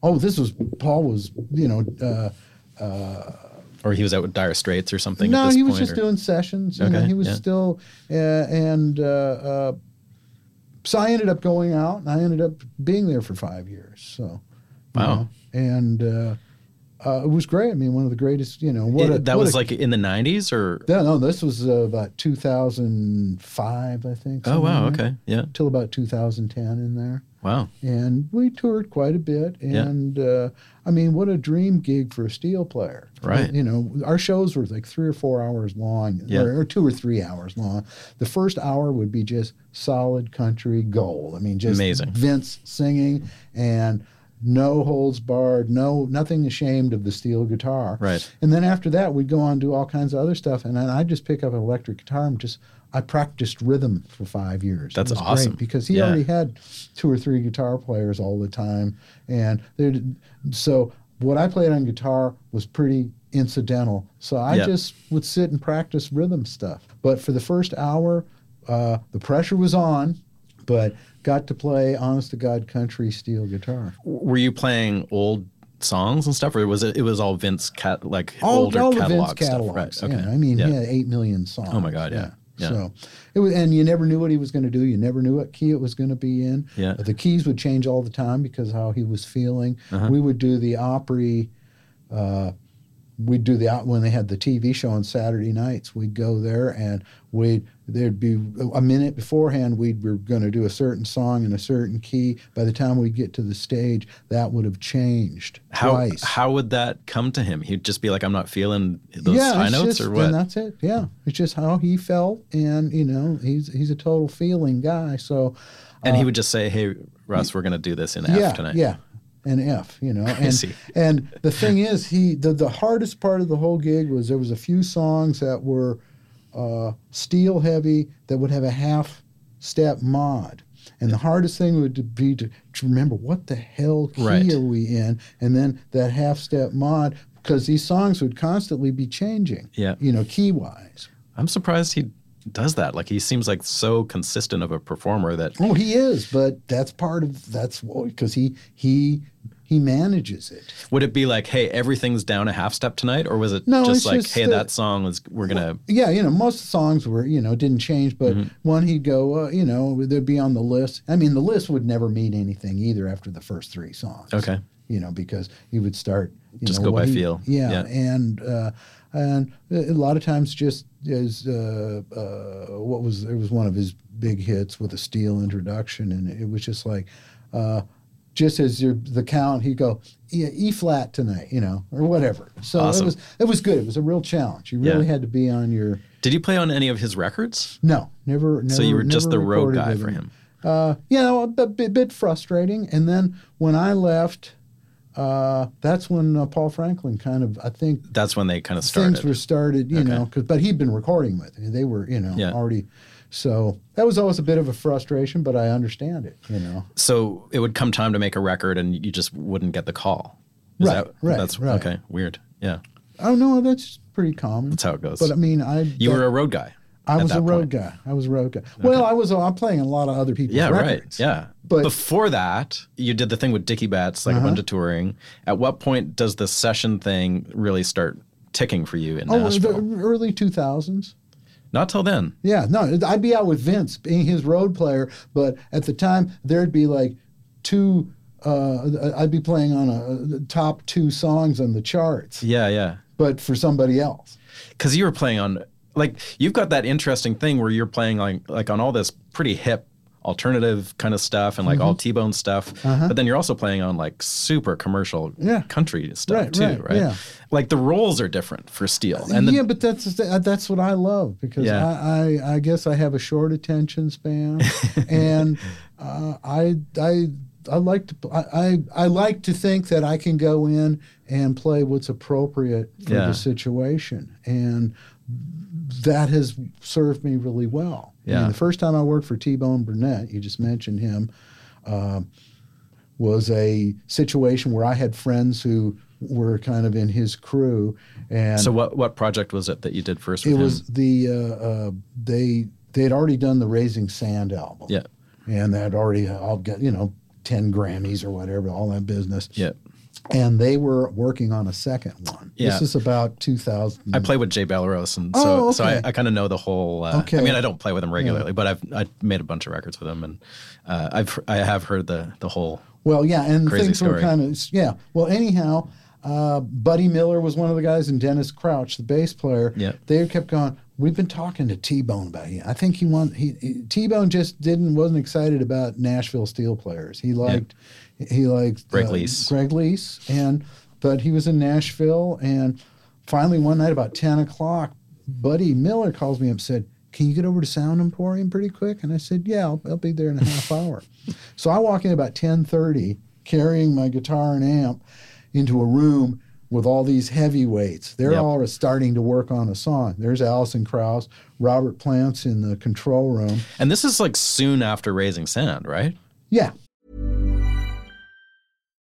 S2: Oh, this was Paul was you know uh,
S1: Or he was out with Dire Straits or something. at
S2: no
S1: this
S2: he was
S1: point,
S2: just
S1: or-
S2: doing sessions. You know,
S1: Okay,
S2: he was
S1: yeah.
S2: still uh, and uh, uh, so I ended up going out, and I ended up being there for five years. So you
S1: Wow.
S2: know, and uh, uh, it was great. I mean, one of the greatest. You know, what a,
S1: It- that
S2: what
S1: was
S2: a-
S1: like in the 90s or?
S2: No, no, this was uh, about 2005, I think.
S1: oh, wow.
S2: somewhere,
S1: Okay. Yeah.
S2: Till about 2010 in there,
S1: Wow.
S2: and we toured quite a bit.
S1: Yeah.
S2: And uh, I mean, what a dream gig for a steel player,
S1: Right.
S2: You know, our shows were like three or four hours long,
S1: Yeah.
S2: or, or two or three hours long. The first hour would be just solid country gold. I mean, just
S1: Amazing.
S2: Vince singing and no holds barred, no nothing ashamed of the steel guitar.
S1: Right.
S2: And then after that, we'd go on and do all kinds of other stuff. And then I'd just pick up an electric guitar and just I practiced rhythm for five years.
S1: That's
S2: It was
S1: awesome.
S2: because he
S1: Yeah.
S2: already had two or three guitar players all the time, and they so what I played on guitar was pretty incidental. So I
S1: Yeah.
S2: just would sit and practice rhythm stuff. But for the first hour, uh, the pressure was on, but got to play honest to God country steel guitar.
S1: Were you playing old songs and stuff or was it, it was all Vince cat, like older
S2: the Vince
S1: catalog
S2: catalogs.
S1: stuff? Right.
S2: Yeah,
S1: Okay.
S2: I mean,
S1: Yeah.
S2: he had eight million songs.
S1: Oh my God, yeah. Yeah.
S2: So it was, and you never knew what he was going to do. You never knew what key it was going to be in.
S1: Yeah.
S2: Uh, The keys would change all the time because how he was feeling.
S1: Uh-huh.
S2: We would do the Opry. Uh, we'd do the when they had the TV show on Saturday nights. We'd go there and we'd there'd be a minute beforehand. We'd we were going to do a certain song in a certain key. By the time we get to the stage, that would have changed
S1: How,
S2: twice.
S1: how would that come to him? He'd just be like, I'm not feeling those high
S2: it's
S1: notes
S2: just,
S1: or
S2: And
S1: what?
S2: that's it. Yeah, it's just how he felt, and you know, he's he's a total feeling guy. So,
S1: and he would just say, Hey, Russ, we're going to do this in
S2: Uh, yeah,
S1: F tonight.
S2: yeah, and F,
S1: [LAUGHS]
S2: you know, and
S1: see.
S2: and
S1: [LAUGHS]
S2: the thing is, he the the hardest part of the whole gig was there was a few songs that were uh, steel heavy that would have a half step mod. And the hardest thing would be to, to remember what the hell key
S1: Right.
S2: are we in, and then that half step mod, because these songs would constantly be changing,
S1: Yeah.
S2: you know, key wise.
S1: I'm surprised he does that. Like he seems like so consistent of a performer that
S2: Oh, he is, but that's part of that's because he he he manages it.
S1: would it be like, hey, everything's down a half step tonight, or was it
S2: No,
S1: just
S2: it's
S1: like,
S2: just
S1: hey,
S2: that-
S1: that song was we're gonna
S2: Yeah, you know, most songs were you know didn't change, but
S1: Mm-hmm.
S2: one he'd go, uh, you know, they'd be on the list. I mean, the list would never mean anything either after the first three songs.
S1: Okay.
S2: you know, because he would start you
S1: Just
S2: know,
S1: go
S2: what
S1: by
S2: he-
S1: feel.
S2: Yeah,
S1: Yeah.
S2: and uh, and a lot of times just as uh, uh, what was it was one of his big hits with a steel introduction, and it was just like. Uh, just as your the count, he'd go e, e flat tonight, you know, or whatever. So
S1: Awesome.
S2: it was it was good. It was a real challenge. You really
S1: Yeah.
S2: had to be on your
S1: Did you play on any of his records?
S2: no, never. never
S1: so you were just
S2: never
S1: the road
S2: recorded
S1: guy
S2: with
S1: for him.
S2: Uh, you know, a bit, bit- bit frustrating. And then when I left, uh, that's when uh, Paul Franklin kind of, I think,
S1: That's when they kind of started.
S2: things were started. You know, 'cause- but he'd been recording with. They were, you know,
S1: Yeah.
S2: already. So that was always a bit of a frustration, but I understand it. You know,
S1: so it would come time to make a record, and you just wouldn't get the call.
S2: Right, right,
S1: That's
S2: right.
S1: okay. Weird. Yeah,
S2: oh no, that's pretty common.
S1: that's how it goes.
S2: But I mean, I
S1: you
S2: that-
S1: were a road guy.
S2: I
S1: at
S2: was
S1: that
S2: a
S1: point.
S2: road guy. I was a road guy. Well, I was. I'm playing a lot of other people's
S1: Yeah, right.
S2: records.
S1: Yeah.
S2: But- Uh-huh.
S1: before that, you did the thing with Dicky Bats, like a bunch of touring. At what point does the session thing really start ticking for you in
S2: Oh,
S1: Nashville?
S2: the early 2000s.
S1: Not till then.
S2: Yeah, no, I'd be out with Vince being his road player, but at the time there'd be like two. Uh, I'd be playing on a, uh, top two songs on the charts,
S1: Yeah, yeah.
S2: but for somebody else.
S1: because you were playing on like you've got that interesting thing where you're playing like like on all this pretty hip alternative kind of stuff and like
S2: Mm-hmm.
S1: all T-bone stuff, but then you're also playing on like super commercial
S2: Uh-huh. Yeah.
S1: country stuff
S2: Right,
S1: too, right?
S2: right, yeah. Uh,
S1: Like the roles are different for Steel, and the,
S2: yeah, but that's that's what I love because
S1: Yeah.
S2: I, I I guess I have a short
S1: [LAUGHS]
S2: attention span, and uh, I I. I like to I, I I like to think that I can go in and play what's appropriate for
S1: Yeah.
S2: the situation, and that has served me really well. I mean,
S1: Yeah.
S2: the first time I worked for T Bone Burnett, you just mentioned him, uh, was a situation where I had friends who were kind of in his crew, and
S1: so what what project was it that you did first?
S2: it
S1: With him?
S2: was the uh, uh, they they had already done the Raising Sand album.
S1: Yeah.
S2: and they had already all got you know ten Grammys or whatever, all that business.
S1: yeah.
S2: and they were working on a second one.
S1: Yeah.
S2: this is about two thousand.
S1: I play with Jay Balaros, and so
S2: Mm. Oh,
S1: so I,
S2: okay.
S1: I kind of know the whole. Uh, I
S2: Okay.
S1: mean, I don't play with him regularly, but I've I made a bunch of records with him, and uh, I've I have heard the the whole
S2: Well, yeah, and
S1: Crazy
S2: things were
S1: story.
S2: kind of yeah. Well, anyhow, Uh, Buddy Miller was one of the guys, and Dennis Crouch, the bass player.
S1: Yeah.
S2: They kept going. We've been talking to T Bone about him. I think he won. He, he- T Bone just didn't wasn't excited about Nashville steel players. He liked he liked
S1: Greg Lease.
S2: Uh, Greg Lease, and but he was in Nashville, and finally one night about ten o'clock, Buddy Miller calls me up and said. Can you get over to Sound Emporium pretty quick? And I said, Yeah, I'll, I'll be there in a
S1: [LAUGHS]
S2: half hour. So I walk in about ten thirty, carrying my guitar and amp, into a room with all these heavyweights. They're
S1: Yep.
S2: all starting to work on a song. There's Allison Krauss, Robert Plant's in the control room.
S1: And this is like soon after Raising Sand, right?
S2: Yeah,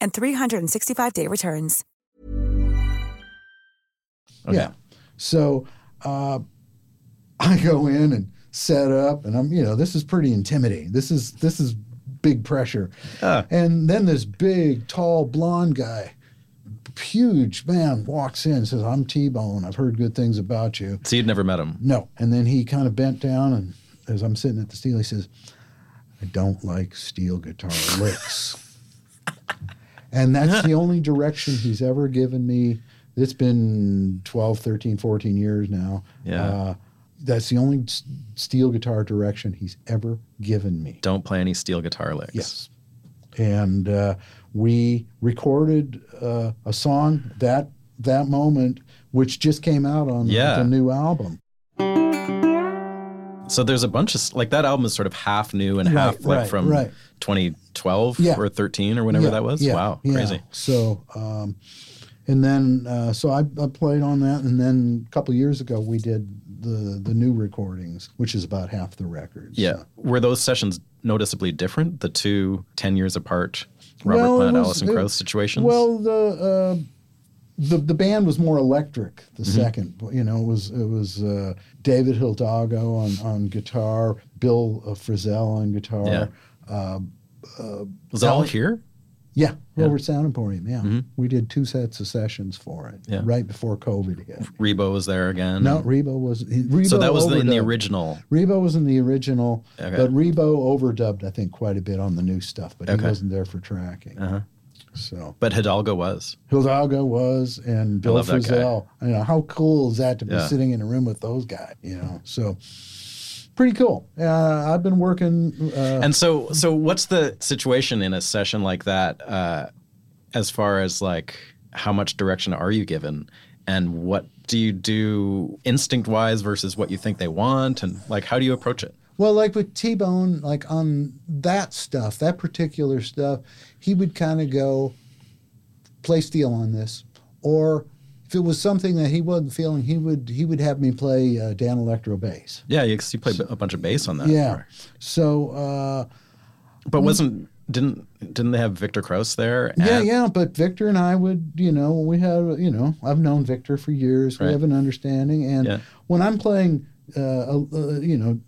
S3: and 365-day returns.
S2: yeah. So uh, [LAUGHS] I go in and set up, and I'm you know this is pretty intimidating. This is this is big pressure. And then this big, tall, blonde guy, huge man, walks in and says, "I'm T-Bone. I've heard good things about you."
S1: So you'd never met him.
S2: No. And then he kind of bent down, and as I'm sitting at the steel, he says, I don't like steel guitar licks.
S1: [LAUGHS]
S2: and that's the only direction he's ever given me. It's been 12, 13, 14 years now.
S1: Yeah.
S2: Uh, that's the only s- steel guitar direction he's ever given me.
S1: Don't play any steel guitar licks.
S2: Yes. And uh, we recorded uh, a song that that moment, which just came out on the-
S1: Yeah.
S2: the new album.
S1: So there's a bunch of like that album is sort of half new and half
S2: Right,
S1: like
S2: right,
S1: from
S2: right.
S1: 2012
S2: Yeah.
S1: or 13 or whenever
S2: Yeah,
S1: that was.
S2: yeah,
S1: wow,
S2: yeah.
S1: crazy.
S2: So, um, and then uh, so I, I played on that, and then a couple of years ago we did the the new recordings, which is about half the record.
S1: Yeah.
S2: So-
S1: Were those sessions noticeably different? The two 10 years apart, Robert
S2: Well, it
S1: Plant,
S2: was-
S1: Allison
S2: it-
S1: Crowe situations?
S2: Well, the uh, the the band was more electric.
S1: Mm-hmm.
S2: The second, you know, it was it was uh, David Hildago on on guitar, Bill uh, Frizzell on guitar.
S1: Yeah.
S2: uh,
S1: was it all here?
S2: Yeah, Robert Sound Emporium. Yeah, we did two sets of sessions for it
S1: Mm-hmm. Yeah.
S2: right before COVID hit.
S1: Rebo was there again.
S2: No, Rebo was. Rebo
S1: Mm-hmm. so that was the, in the
S2: overdubbed.
S1: original.
S2: Rebo was in the original,
S1: Okay.
S2: but Rebo overdubbed, I think, quite a bit on the new stuff, but
S1: Okay.
S2: he wasn't there for tracking.
S1: Uh-huh.
S2: So
S1: But Hidalgo was.
S2: Hidalgo was, and Bill
S1: love that guy.
S2: Frizzell. You know, how cool is that to be
S1: Yeah.
S2: sitting in a room with those guys? You know, so pretty cool. Uh, I've been working. Uh,
S1: And so, so what's the situation in a session like that, uh, as far as like how much direction are you given, and what do you do instinct wise versus what you think they want, and like how do you approach it?
S2: well, like with T Bone, like on that stuff, that particular stuff, he would kind of go, play steel on this, or if it was something that he wasn't feeling, he would he would have me play uh, Dan Electro bass.
S1: Yeah, you, 'cause you play a bunch of bass on that.
S2: Yeah. So uh,
S1: but wasn't didn't didn't they have Victor Kraus there?
S2: yeah,
S1: And-
S2: yeah. But Victor and I would, you know, we have, you know, I've known Victor for years.
S1: Right.
S2: We have an understanding. And
S1: Yeah.
S2: when I'm playing, uh, a- uh, you know,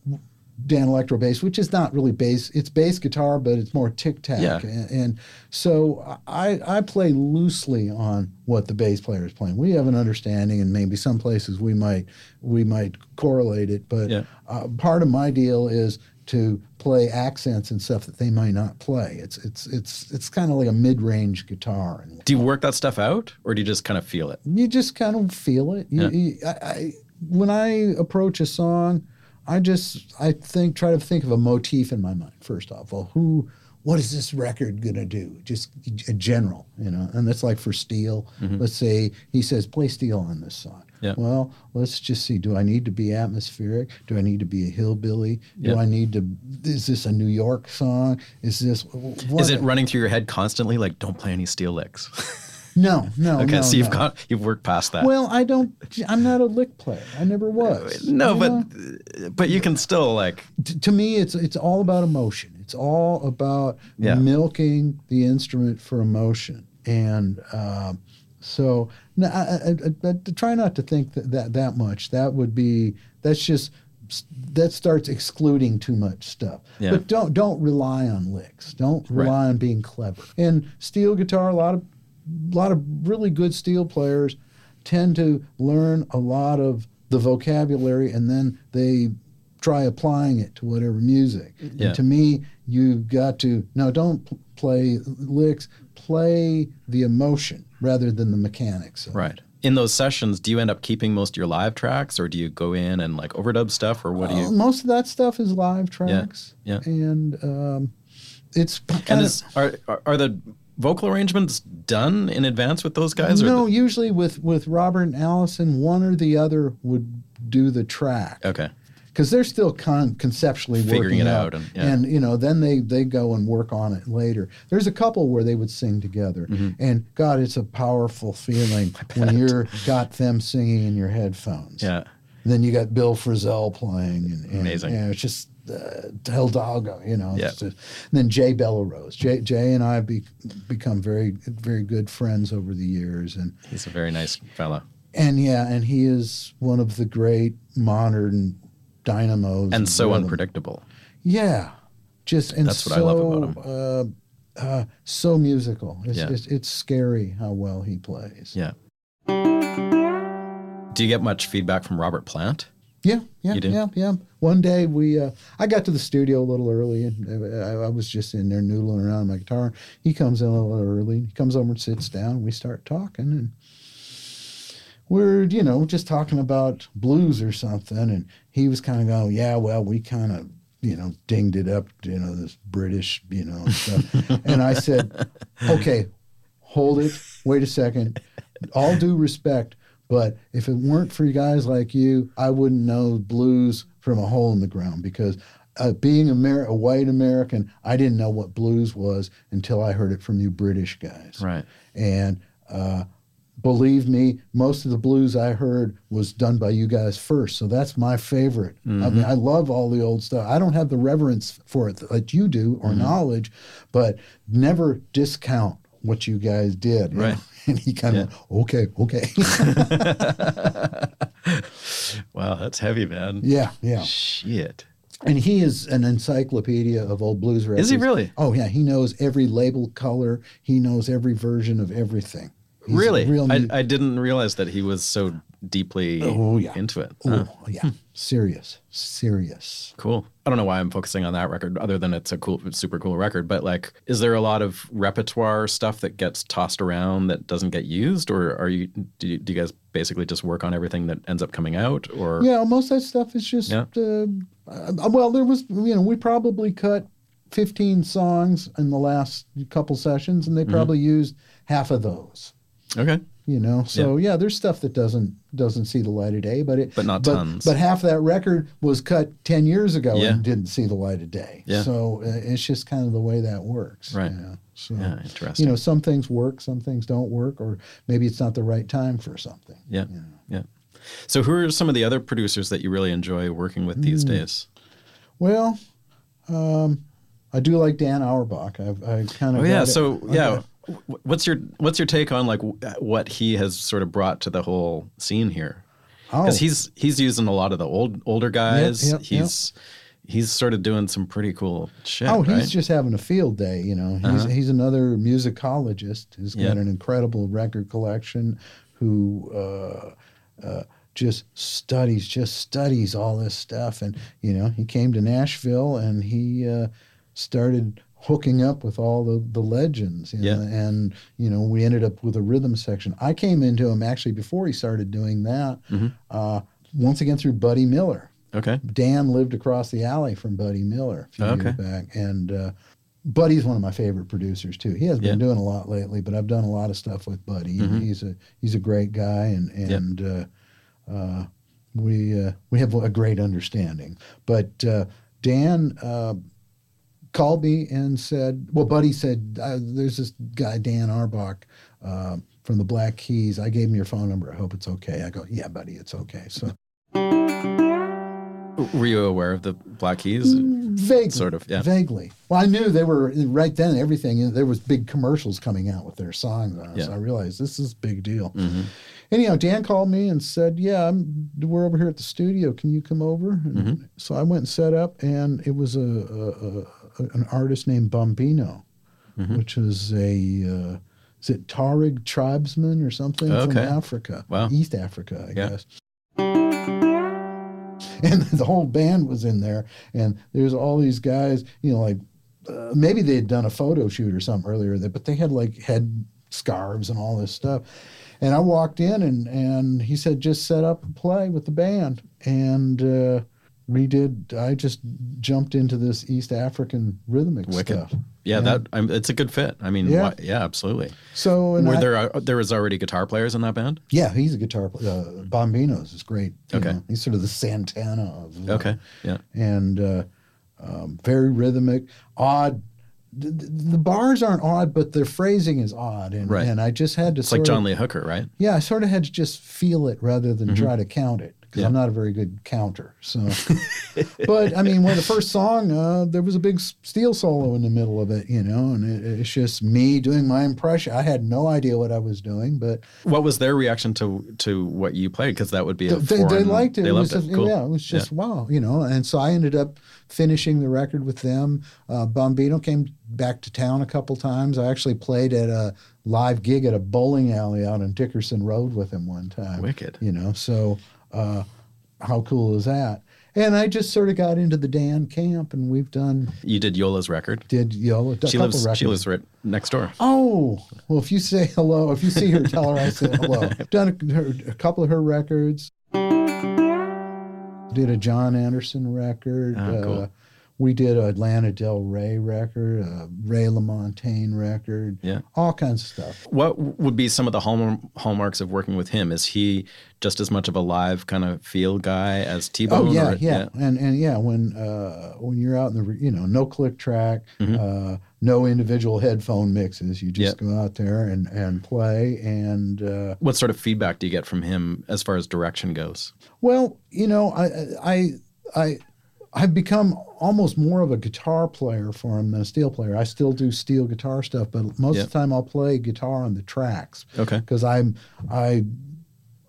S2: Dan electro bass, which is not really bass. It's bass guitar, but it's more tic tac.
S1: Yeah.
S2: And, and so I I play loosely on what the bass player is playing. We have an understanding, and maybe some places we might we might correlate it. But
S1: Yeah.
S2: uh, part of my deal is to play accents and stuff that they might not play. It's it's it's it's kind of like a mid range guitar and
S1: Do you work that stuff out, or do you just kind of feel it?
S2: you just kind of feel it. You,
S1: Yeah.
S2: you- I, I, when I approach a song, I just I think try to think of a motif in my mind first off. Well, who what is this record going to do? Just in general, you know. And that's like for Steele. Let's say he says, play Steele on this song.
S1: Mm-hmm. Yeah.
S2: Well, let's just see. Do I need to be atmospheric? Do I need to be a hillbilly? Do
S1: Yeah.
S2: I need to? Is this a New York song? Is this? What?
S1: Is it running through your head constantly? Like, don't play any steel licks. [LAUGHS]
S2: No, no.
S1: okay,
S2: no,
S1: so you've
S2: no.
S1: got you've worked past that.
S2: [LAUGHS] Well, I don't. I'm not a lick player. I never was.
S1: no,
S2: you
S1: but
S2: know?
S1: but you can still like
S2: t- to me, it's it's all about emotion. It's all about
S1: Yeah.
S2: milking the instrument for emotion, and um, so no, I, I, I, I try not to think that, that that much. That would be that's just that starts excluding too much stuff.
S1: Yeah.
S2: But don't don't rely on licks. Don't
S1: Right.
S2: rely on being clever. And steel guitar, a lot of a lot of really good steel players tend to learn a lot of the vocabulary and then they try applying it to whatever music.
S1: Yeah.
S2: And to me, you've got to no, don't p- play licks. Play the emotion rather than the mechanics. of it.
S1: right in those sessions. Do you end up keeping most of your live tracks, or do you go in and like overdub stuff, or what do
S2: Uh,
S1: you?
S2: most of that stuff is live tracks.
S1: yeah.
S2: And um, it's
S1: And
S2: kind of
S1: is, are, are are the vocal arrangements done in advance with those guys?
S2: no.
S1: Or the-
S2: usually with with Robert and Allison, one or the other would do the track.
S1: okay.
S2: because they're still con- conceptually
S1: Figuring
S2: working
S1: it out
S2: out,
S1: and- yeah.
S2: you know then they they go and work on it later there's a couple where they would sing together
S1: Mm-hmm.
S2: and god it's a powerful
S1: [LAUGHS]
S2: feeling when you're got them singing in your headphones
S1: Yeah.
S2: then you got bill frisell playing and, and
S1: Amazing.
S2: you know, it's just uh, Del Dalgo, you know. it's
S1: Yeah.
S2: just- and then Jay Bellarose. Jay, Jay and I have be, become very, very good friends over the years, and
S1: He's a very nice fella.
S2: and yeah, and he is one of the great modern dynamos.
S1: And
S2: of
S1: so
S2: rhythm.
S1: unpredictable.
S2: Yeah, just and
S1: That's what I
S2: so,
S1: love about
S2: Uh, uh, so musical. It's,
S1: Yeah.
S2: it's it's scary how well he plays.
S1: Yeah. Do you get much feedback from Robert Plant?
S2: Yeah, yeah,
S1: You do?
S2: yeah, yeah. One day we, uh, I got to the studio a little early, and uh, I, I was just in there noodling around my guitar. He comes in a little early. He comes over and sits down. We start talking, and we're you know just talking about blues or something. And he was kind of going, "Yeah, well, we kind of you know dinged it up, you know, this British, you know." and Stuff. and I said, [LAUGHS] "Okay, hold it. Wait a second. All due respect, but if it weren't for guys like you, I wouldn't know blues from a hole in the ground because uh, being Amer- a white American, I didn't know what blues was until I heard it from you British guys.
S1: Right.
S2: And uh, believe me, most of the blues I heard was done by you guys first. So that's my favorite. I
S1: Mm-hmm.
S2: mean, I love all the old stuff. I don't have the reverence for it that you do or
S1: Mm-hmm.
S2: knowledge, but never discount what you guys did. you
S1: Right.
S2: know? [LAUGHS] And he kind of, okay, okay. [LAUGHS]
S1: Wow, that's heavy, man.
S2: yeah, yeah.
S1: Shit.
S2: And he is an encyclopedia of old blues records.
S1: he really?
S2: Oh, yeah. He knows every label color, he knows every version of everything. He's a
S1: really?
S2: Real
S1: I,
S2: mu-
S1: I didn't realize that he was so deeply
S2: Oh, yeah.
S1: into it. Huh. Hmm.
S2: Oh, yeah. Serious. Serious.
S1: Cool. I don't know why I'm focusing on that record, other than it's a cool, it's super cool record. But like, is there a lot of repertoire stuff that gets tossed around that doesn't get used, or are you do you, do you guys basically just work on everything that ends up coming out? Or
S2: Yeah, most of that stuff is just,
S1: Yeah.
S2: uh, uh, well, there was, you know, we probably cut 15 songs in the last couple sessions, and they
S1: Mm-hmm.
S2: probably used half of those.
S1: okay,
S2: You know, so yeah. there's stuff that doesn't doesn't see the light of day, but it
S1: But not
S2: but,
S1: tons.
S2: But half that record was cut ten years ago
S1: Yeah.
S2: and didn't see the light of day.
S1: Yeah.
S2: So uh, it's just kind of the way that works.
S1: Right.
S2: You know? So
S1: yeah,
S2: you
S1: interesting.
S2: know, some things work, some things don't work, or maybe it's not the right time for something.
S1: yeah, yeah, So who are some of the other producers that you really enjoy working with
S2: Hmm.
S1: these days?
S2: Well, um, I do like Dan Auerbach. I've, I kind
S1: Oh
S2: of
S1: yeah,
S2: got it-
S1: so
S2: I
S1: yeah.
S2: got-
S1: wh- What's your what's your take on like w- what he has sort of brought to the whole scene here? because
S2: Oh.
S1: he's he's using a lot of the old older guys.
S2: yep, yep.
S1: he's he's sort of doing some pretty cool shit.
S2: Oh, he's
S1: right? Uh-huh.
S2: just having a field day, you know. He's, he's another musicologist who's
S1: Yeah.
S2: got an incredible record collection who uh, uh, just studies, just studies all this stuff. And, you know, he came to Nashville and he uh, started hooking up with all the, the legends. You
S1: Yeah.
S2: know, and, you know, we ended up with a rhythm section. I came into him actually before he started doing that,
S1: Mm-hmm.
S2: uh, once again through Buddy Miller.
S1: okay.
S2: Dan lived across the alley from Buddy Miller a few
S1: Okay.
S2: years back, and uh, But he's one of my favorite producers too. He has been
S1: Yeah. Mm-hmm.
S2: doing a lot lately, but I've done a lot of stuff with Buddy. He's a he's a great guy, and and uh, uh, we uh, we have a great understanding. But uh, Dan uh, called me and said, "Well, Buddy said uh, there's this guy Dan Arbach uh, from the Black Keys. I gave him your phone number. I hope it's okay." I go, "Yeah, Buddy, it's okay." So
S1: Were you aware of the Black Keys?
S2: Vaguely,
S1: Sort of, yeah.
S2: Vaguely. Well, I knew they were right then. Everything you know, there was big commercials coming out with their songs on it.
S1: Yeah. Mm-hmm.
S2: So I realized this is a big deal. Anyhow, Dan called me and said, "Yeah, I'm, we're over here at the studio. Can you come over?" And
S1: Mm-hmm.
S2: So I went and set up, and it was a, a, a an artist named Bombino,
S1: Mm-hmm.
S2: which is a uh, is it Tuareg tribesman or something from
S1: Okay.
S2: Africa,
S1: Wow.
S2: East Africa, I
S1: Yeah.
S2: guess and [LAUGHS] the whole band was in there and there's all these guys you know like uh, maybe they had done a photo shoot or something earlier that but they had like head scarves and all this stuff and i walked in and and he said just set up and play with the band and uh we did i just jumped into this east african rhythmic
S1: Wicked.
S2: stuff
S1: Yeah, that I'm, it's a good fit. I mean,
S2: Yeah.
S1: yeah, yeah absolutely.
S2: so and
S1: Were
S2: I-
S1: there uh, there was already guitar players in that band?
S2: yeah he's a guitar player uh, bombino's is great you
S1: Hmm. Okay.
S2: know. he's sort of the santana of uh,
S1: Okay, yeah,
S2: and uh, um, very rhythmic, odd. The, the bars aren't odd, but their phrasing is odd, and
S1: Right.
S2: and I just had to
S1: it's
S2: sort
S1: like John
S2: of,
S1: Lee Hooker, right?
S2: Yeah, I sort of had to just feel it rather than try to count it because
S1: Yeah.
S2: I'm not a very good counter.
S1: [LAUGHS]
S2: So, but I mean, when the first song, uh, there was a big s- steel solo in the middle of it, you know, and it, it's just me doing my impression. I had no idea what I was doing, but
S1: What was their reaction to to what you played? Because that would be a
S2: they, they
S1: foreign-
S2: liked it.
S1: They
S2: it
S1: loved
S2: was
S1: it.
S2: a-
S1: Cool.
S2: Yeah, it was just wow, you know. And so I ended up finishing the record with them. Uh, Bombino came back to town a couple times. I actually played at a live gig at a bowling alley out on Dickerson Road with him one time.
S1: Wicked.
S2: You know, so uh, how cool is that? And I just sort of got into the Dan camp, and we've done
S1: You did Yola's record.
S2: did you know a
S1: She
S2: couple
S1: lives.
S2: records.
S1: She lives right next door.
S2: Oh, well, if you say hello, if you see her, tell her I said
S1: [LAUGHS]
S2: hello. Done a, her, a couple of her records. Did a John Anderson record. uh,
S1: Ah, cool.
S2: we did an Atlanta Del Rey record, a Ray LaMontagne record,
S1: Yeah.
S2: all kinds of stuff.
S1: What would be some of the hallmark, hallmarks of working with him? Is he just as much of a live kind of feel guy as T Bone?
S2: Oh yeah, yeah, and and yeah, when uh, when you're out in the re- you know no click track,
S1: Mm-hmm.
S2: uh, no individual headphone mixes, you just
S1: Yep.
S2: go out there and and play and. Uh,
S1: What sort of feedback do you get from him as far as direction goes?
S2: Well, you know, I I I I've become almost more of a guitar player for him than a steel player. I still do steel guitar stuff, but most
S1: Yeah.
S2: of the time I'll play guitar on the tracks.
S1: Okay.
S2: Because I'm I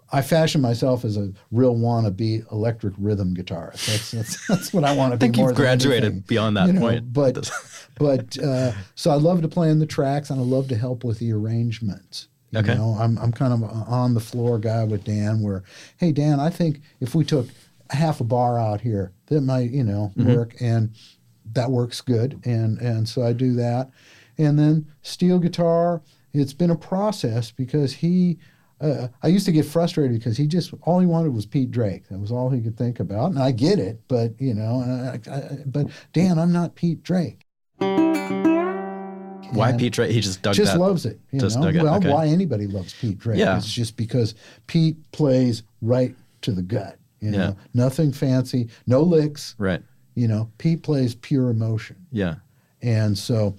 S2: I fashion myself as a real wannabe electric rhythm guitarist. That's that's, [LAUGHS] that's what I want to be.
S1: I think
S2: more
S1: you've
S2: than
S1: graduated
S2: anything
S1: beyond that
S2: you know,
S1: point.
S2: But but uh, so I love to play in the tracks, and I love to help with the arrangements. You
S1: Okay.
S2: know, I'm I'm kind of a on the floor guy with Dan. Where, hey Dan, I think if we took half a bar out here, that might you know work, and that works good, and and so I do that, and then steel guitar. It's been a process because he. Uh, I used to get frustrated because he just all he wanted was Pete Drake. That was all he could think about, and I get it. But you know, and I, I, but Dan, I'm not Pete Drake.
S1: Why
S2: And-
S1: Pete Drake? He just dug
S2: just
S1: that.
S2: loves it. You
S1: Just
S2: know?
S1: dug it,
S2: Well,
S1: okay.
S2: why anybody loves Pete Drake?
S1: Yeah.
S2: It's just because Pete plays right to the gut. You know,
S1: Yeah.
S2: nothing fancy, no licks.
S1: Right.
S2: You know, Pete plays pure emotion,
S1: Yeah.
S2: and so,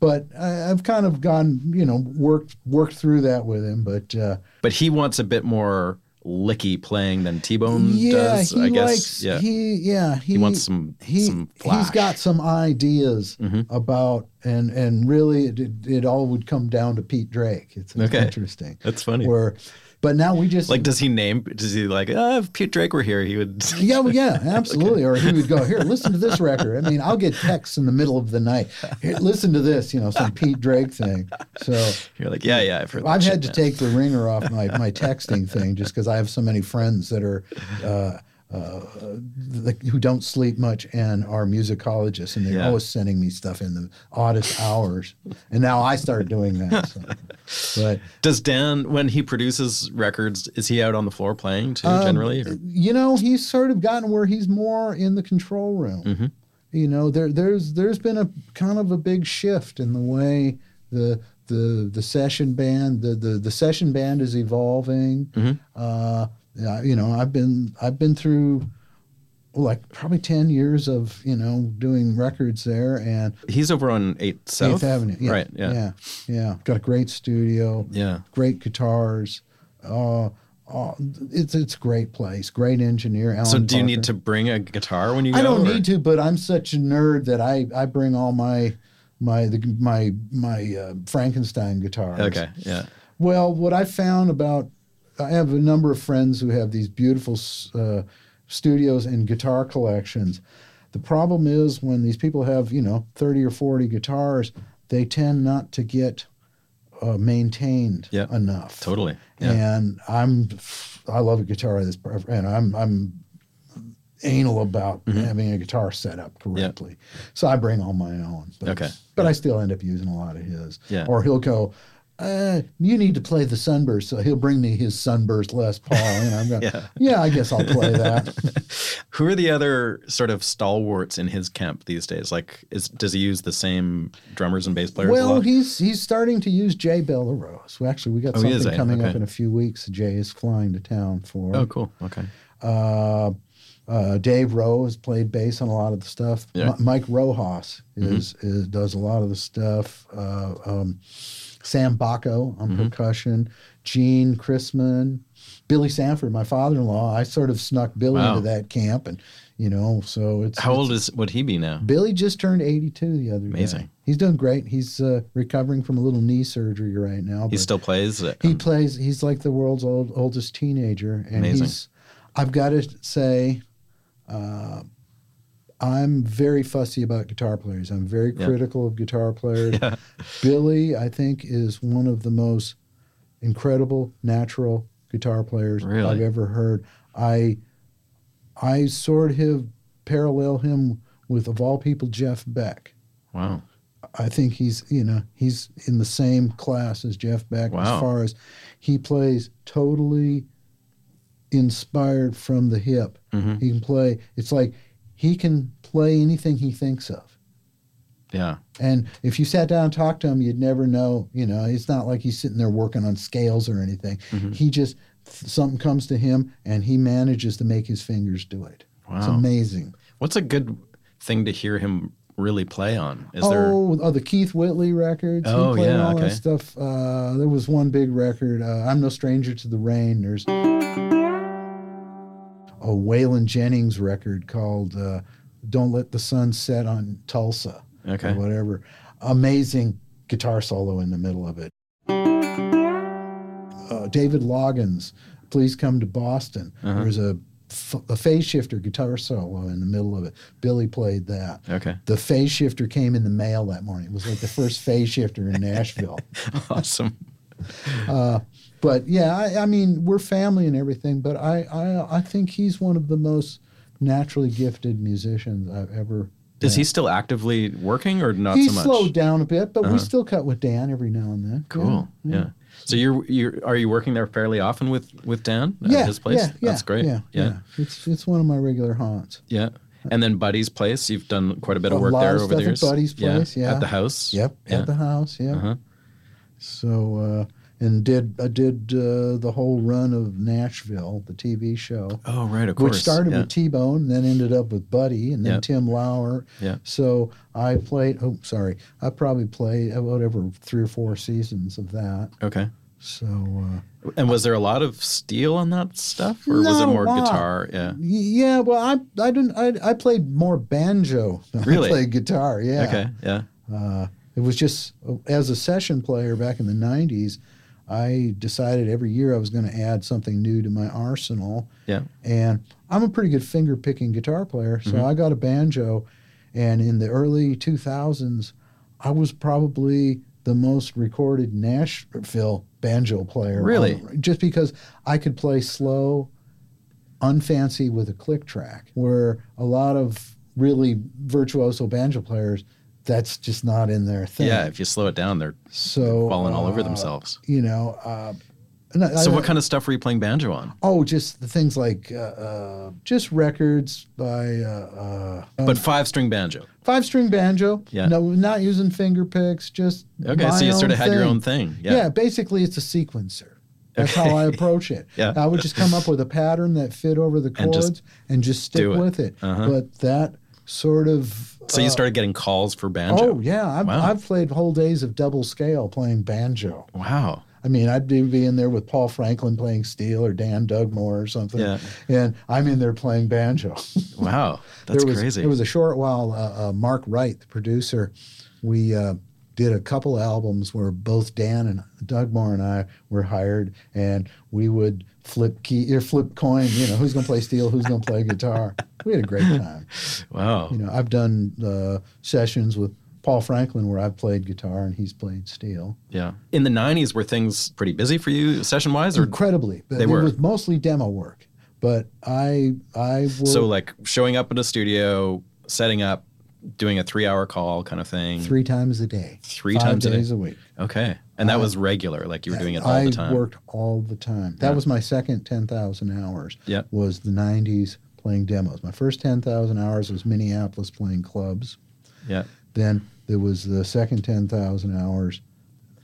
S2: but I, I've kind of gone, you know, worked worked through that with him. But uh,
S1: But he wants a bit more licky playing than T Bone
S2: yeah,
S1: does.
S2: he
S1: I guess.
S2: likes
S1: yeah.
S2: he yeah he,
S1: wants some- some
S2: He's
S1: flash. Mm-hmm.
S2: got some ideas about and and really it, it, it all would come down to Pete Drake. It's, it's
S1: Okay.
S2: interesting.
S1: That's funny.
S2: Where, but now we just
S1: like, does he name? Does he like? Uh, if Pete Drake were here, he would.
S2: [LAUGHS]
S1: [LAUGHS]
S2: yeah, well, yeah, absolutely. Or he would go here. Listen to this record. I mean, I'll get texts in the middle of the night. Here, listen to this, you know, some Pete Drake thing. So
S1: You're like, yeah, yeah. I've heard. that
S2: I've
S1: shit,
S2: had to
S1: man."
S2: take the ringer off my,
S1: [LAUGHS]
S2: my texting thing just because I have so many friends that are uh, uh, like who don't sleep much and are musicologists, and they're
S1: Yeah.
S2: always sending me stuff in the oddest hours. And now I start doing that. So. But
S1: Does Dan, when he produces records, is he out on the floor
S2: Um,
S1: playing too generally? Or?
S2: you know, he's sort of gotten where he's more in the control room. you know there there's there's been a kind of a big shift in the way the the the session band the the, the session band is evolving uh yeah, you know i've been i've been through like probably 10 years of you know doing records there and
S4: He's over on 8th South.
S2: Eighth Avenue. Yeah,
S4: Right. Yeah.
S2: yeah. Yeah. Got a great studio.
S4: Yeah.
S2: Great guitars. Uh, uh, it's it's a great place. Great engineer. Alan
S4: So do you
S2: Parker.
S4: need to bring a guitar when you go?
S2: I don't
S4: or-
S2: need to, but I'm such a nerd that I I bring all my my the, my my uh, Frankenstein guitars.
S4: Okay. Yeah.
S2: Well, what I found about I have a number of friends who have these beautiful uh, studios and guitar collections. The problem is when these people have you know thirty or forty guitars, they tend not to get uh, maintained
S4: Yep.
S2: enough.
S4: Totally. Yeah.
S2: And I'm I love a guitar. This and I'm I'm anal about
S4: Mm-hmm.
S2: having a guitar set up correctly. So I bring all my own. But,
S4: Okay.
S2: But I still end up using a lot of his.
S4: Yeah.
S2: Or he'll go, uh, you need to play the sunburst. So he'll bring me his sunburst Les Paul. And
S4: [LAUGHS]
S2: I'm going, yeah. I guess I'll play that.
S4: Who are the other sort of stalwarts in his camp these days? Like, is does he use the same drummers and bass players? a
S2: well,
S4: lot?
S2: he's he's starting to use Jay Belarose. Well, actually, we got
S4: Oh, he is,
S2: something
S4: eh?
S2: coming up
S4: Okay.
S2: in a few weeks. Jay is flying to town for.
S4: Oh, cool. Okay.
S2: Uh, uh, Dave Rowe has played bass on a lot of the stuff.
S4: Yeah. Mm-hmm.
S2: Mi- Mike Rojas is, is does a lot of the stuff. Uh, um, Sam Bacco
S4: Mm-hmm.
S2: on percussion. Gene Chrisman, Billy Sanford, my father-in-law. I sort of snuck Billy
S4: Wow.
S2: into that camp, and you know, so it's
S4: How
S2: it's-
S4: old is would he be now?
S2: Billy just turned 82 the other day.
S4: Amazing.
S2: He's doing great. He's uh, recovering from a little knee surgery right now.
S4: He
S2: but-
S4: still plays. it?
S2: he plays. He's like the world's old, oldest teenager, and
S4: Amazing.
S2: he's. I've got to say, uh, I'm very fussy about guitar players. I'm very
S4: Yeah.
S2: critical of
S4: [LAUGHS]
S2: guitar players. Billy, I think, is one of the most incredible natural guitar players
S4: Really?
S2: I've ever heard. I, I sort of parallel him with, of all people, Jeff Beck.
S4: wow.
S2: I think he's you know he's in the same class as Jeff Beck
S4: Wow.
S2: as far as he plays totally inspired from the hip.
S4: Mm-hmm.
S2: He can play. It's like he can play anything he thinks of.
S4: Yeah.
S2: And if you sat down and talked to him, you'd never know. You know, it's not like he's sitting there working on scales or anything.
S4: Mm-hmm.
S2: He just something comes to him and he manages to make his fingers do it. It's
S4: Wow.
S2: amazing.
S4: What's a good thing to hear him really play on? Is there?
S2: oh, oh, the Keith Whitley records.
S4: Oh,
S2: he played
S4: yeah,
S2: all
S4: okay.
S2: that stuff. Uh, there was one big record. Uh, I'm no stranger to the rain. There's a Waylon Jennings record called uh, "Don't Let the Sun Set on Tulsa."
S4: Okay.
S2: Or whatever. Amazing guitar solo in the middle of it. Uh, David Loggins, "Please Come to Boston."
S4: Uh-huh.
S2: There's a f- a phase shifter guitar solo in the middle of it. Billy played that
S4: Okay.
S2: the phase shifter came in the mail that morning. It was like the first phase shifter
S4: [LAUGHS]
S2: in Nashville.
S4: [LAUGHS] Awesome.
S2: But yeah, I, I mean, we're family and everything. But I, I, I think he's one of the most naturally gifted musicians I've ever.
S4: Is he still actively working or not
S2: He's
S4: so much? Uh-huh.
S2: slowed down a bit, but we still cut with Dan every now and then.
S4: Cool. Yeah. So you're you are you working there fairly often with with Dan at
S2: Yeah,
S4: his place?
S2: yeah, yeah,
S4: That's great.
S2: Yeah, yeah, It's it's one of my regular haunts.
S4: Yeah. And then Buddy's place, you've done quite a bit of
S2: A
S4: work
S2: lot
S4: there
S2: of
S4: over
S2: stuff
S4: the
S2: at
S4: years.
S2: Buddy's place,
S4: At
S2: yeah.
S4: the house.
S2: Yep,
S4: Yeah.
S2: at the house. Yeah.
S4: Uh-huh.
S2: So uh, and did I did uh, the whole run of Nashville, the TV show.
S4: Oh right, of
S2: which
S4: course.
S2: started
S4: yeah.
S2: with T Bone, then ended up with Buddy, and then
S4: Yep.
S2: Tim Lauer.
S4: Yeah.
S2: So I played. Oh, sorry, I probably played uh, whatever three or four seasons of that.
S4: Okay.
S2: So uh,
S4: And was there a lot of steel on that stuff, or was it
S2: Not a
S4: more
S2: lot.
S4: guitar? Yeah.
S2: y- yeah, well, I I didn't I, I played more banjo. Than
S4: Really?
S2: I played guitar. Yeah.
S4: Okay. Yeah.
S2: Uh, it was just uh, as a session player back in the 90s, I decided every year I was going to add something new to my arsenal.
S4: Yeah.
S2: And I'm a pretty good finger picking guitar player,
S4: Mm-hmm.
S2: so I got a banjo. And in the early 2000s, I was probably the most recorded Nashville banjo player. on-
S4: Really?
S2: just because I could play slow, unfancy with a click track, where a lot of really virtuoso banjo players, that's just not in their thing.
S4: Yeah. If you slow it down, they're
S2: so
S4: falling all over
S2: uh,
S4: themselves.
S2: You know, uh, And I-
S1: so
S2: I-
S1: what kind of stuff were you playing banjo on?
S2: Oh, just the things like uh, uh, just records by uh, uh,
S1: but five string banjo.
S2: five string banjo.
S1: Yeah.
S2: No, not using finger picks. Just
S1: Okay,
S2: my
S1: so you sort
S2: own
S1: of had your own thing. Yeah.
S2: basically, it's a sequencer. That's how I approach it.
S1: [LAUGHS] Yeah.
S2: I would just come up with a pattern that fit over the
S1: And
S2: chords
S1: just
S2: and just, stick
S1: do it. Uh-huh.
S2: with it. But that sort of
S1: So you started getting calls for banjo.
S2: uh, oh yeah, I've,
S1: Wow.
S2: I've played whole days of double scale playing banjo.
S1: Wow.
S2: I mean, I'd be be in there with Paul Franklin playing steel or Dan Dugmore or something,
S1: Yeah.
S2: and I'm in there playing banjo. [LAUGHS]
S1: Wow. That's
S2: there was,
S1: crazy.
S2: It was a short while. Uh, uh, Mark Wright, the producer, we uh, did a couple albums where both Dan and Doug Moore and I were hired, and we would flip key or flip coin. You know, who's going to play steel? Who's going to
S1: [LAUGHS]
S2: play guitar? We had a great time.
S1: wow.
S2: You know, I've done uh, sessions with Paul Franklin where I've played guitar and he's played steel.
S1: yeah. In the 90s, were things pretty busy for you session wise? Or
S2: [CLEARS THROAT] Incredibly, but
S1: They
S2: it
S1: were.
S2: was mostly demo work. But I, I worked
S1: so like showing up in a studio, setting up, doing a three hour call kind of thing.
S2: three times a day,
S1: Three
S2: five
S1: times a day?
S2: days a week.
S1: Okay. And that was regular. Like you were doing it all
S2: I
S1: the time.
S2: worked all the time. That was my second 10,000 hours.
S1: Yep.
S2: Was the 90s playing demos. My first 10,000 hours was Minneapolis playing clubs.
S1: Yeah.
S2: Then there was the second 10,000 hours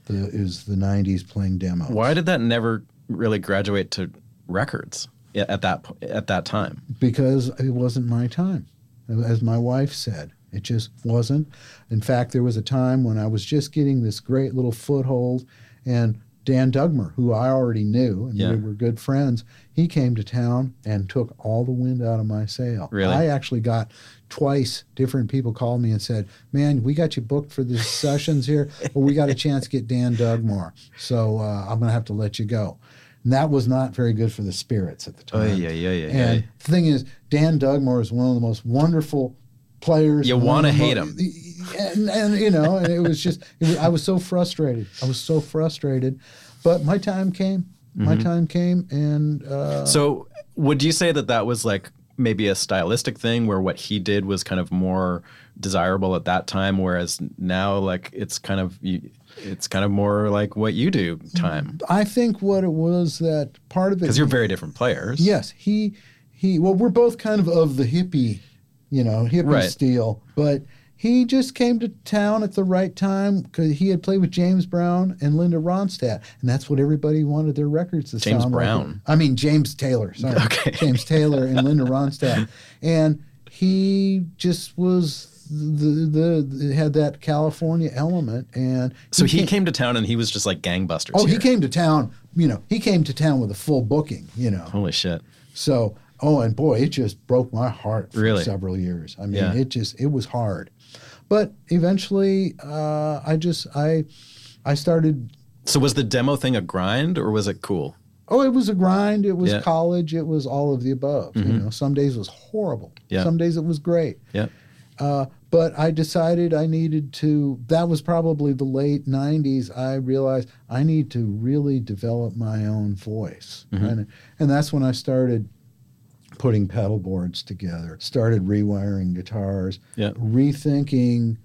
S2: the, is the 90s playing demos.
S1: Why did that never really graduate to records i- at that po- at that time?
S2: Because it wasn't my time. As my wife said, it just wasn't. In fact, there was a time when I was just getting this great little foothold, and Dan Dugmer, who I already knew and
S1: Yeah.
S2: we were good friends, he came to town and took all the wind out of my sail.
S1: Really?
S2: I actually got twice different people called me and said, "Man, we got you booked for these sessions here, but we got a chance to get Dan Dugmore, so uh, I'm going to have to let you go." And that was not very good for the spirits at the time.
S1: Oh, yeah, yeah, yeah,
S2: And
S1: yeah.
S2: the thing is, Dan Dugmore is one of the most wonderful players.
S1: You
S2: and one
S1: wanna
S2: of the
S1: hate
S2: mo-
S1: him.
S2: And, and you know, and it was just, it was, I was so frustrated. I was so frustrated, but my time came.
S1: Mm-hmm.
S2: My time came, and uh,
S1: So, would you say that that was like maybe a stylistic thing where what he did was kind of more desirable at that time, whereas now, like, it's kind of you, it's kind of more like what you do time
S2: I think what it was that part of it
S1: because you're very different players.
S2: Yes, he he. Well, we're both kind of of the hippie, you know, hippie
S1: Right.
S2: steel. But he just came to town at the right time because he had played with James Brown and Linda Ronstadt, and that's what everybody wanted their records to
S1: James
S2: sound like.
S1: Brown.
S2: I mean James Taylor. Sorry,
S1: [LAUGHS] Okay.
S2: James Taylor and Linda Ronstadt, and he just was. The, the had that California element and
S1: So he
S2: came-
S1: came to town and he was just like gangbusters.
S2: oh he
S1: here.
S2: came to town you know he came to town with a full booking you know
S1: Holy shit!
S2: so, oh, and boy, it just broke my heart for
S1: Really?
S2: several years. I mean,
S1: Yeah.
S2: it just it was hard, but eventually, uh, I just I I started.
S1: So was the demo thing a grind or was it cool?
S2: Oh, it was a grind. It was
S1: Yeah. Mm-hmm.
S2: college. It was all of the above. You know, some days it was horrible.
S1: Yeah.
S2: Some days it was great.
S1: Yeah.
S2: But I decided I needed to. That was probably the late '90s. I realized I need to really develop my own voice, and and that's when I started putting pedal boards together, started rewiring guitars,
S1: Yeah.
S2: rethinking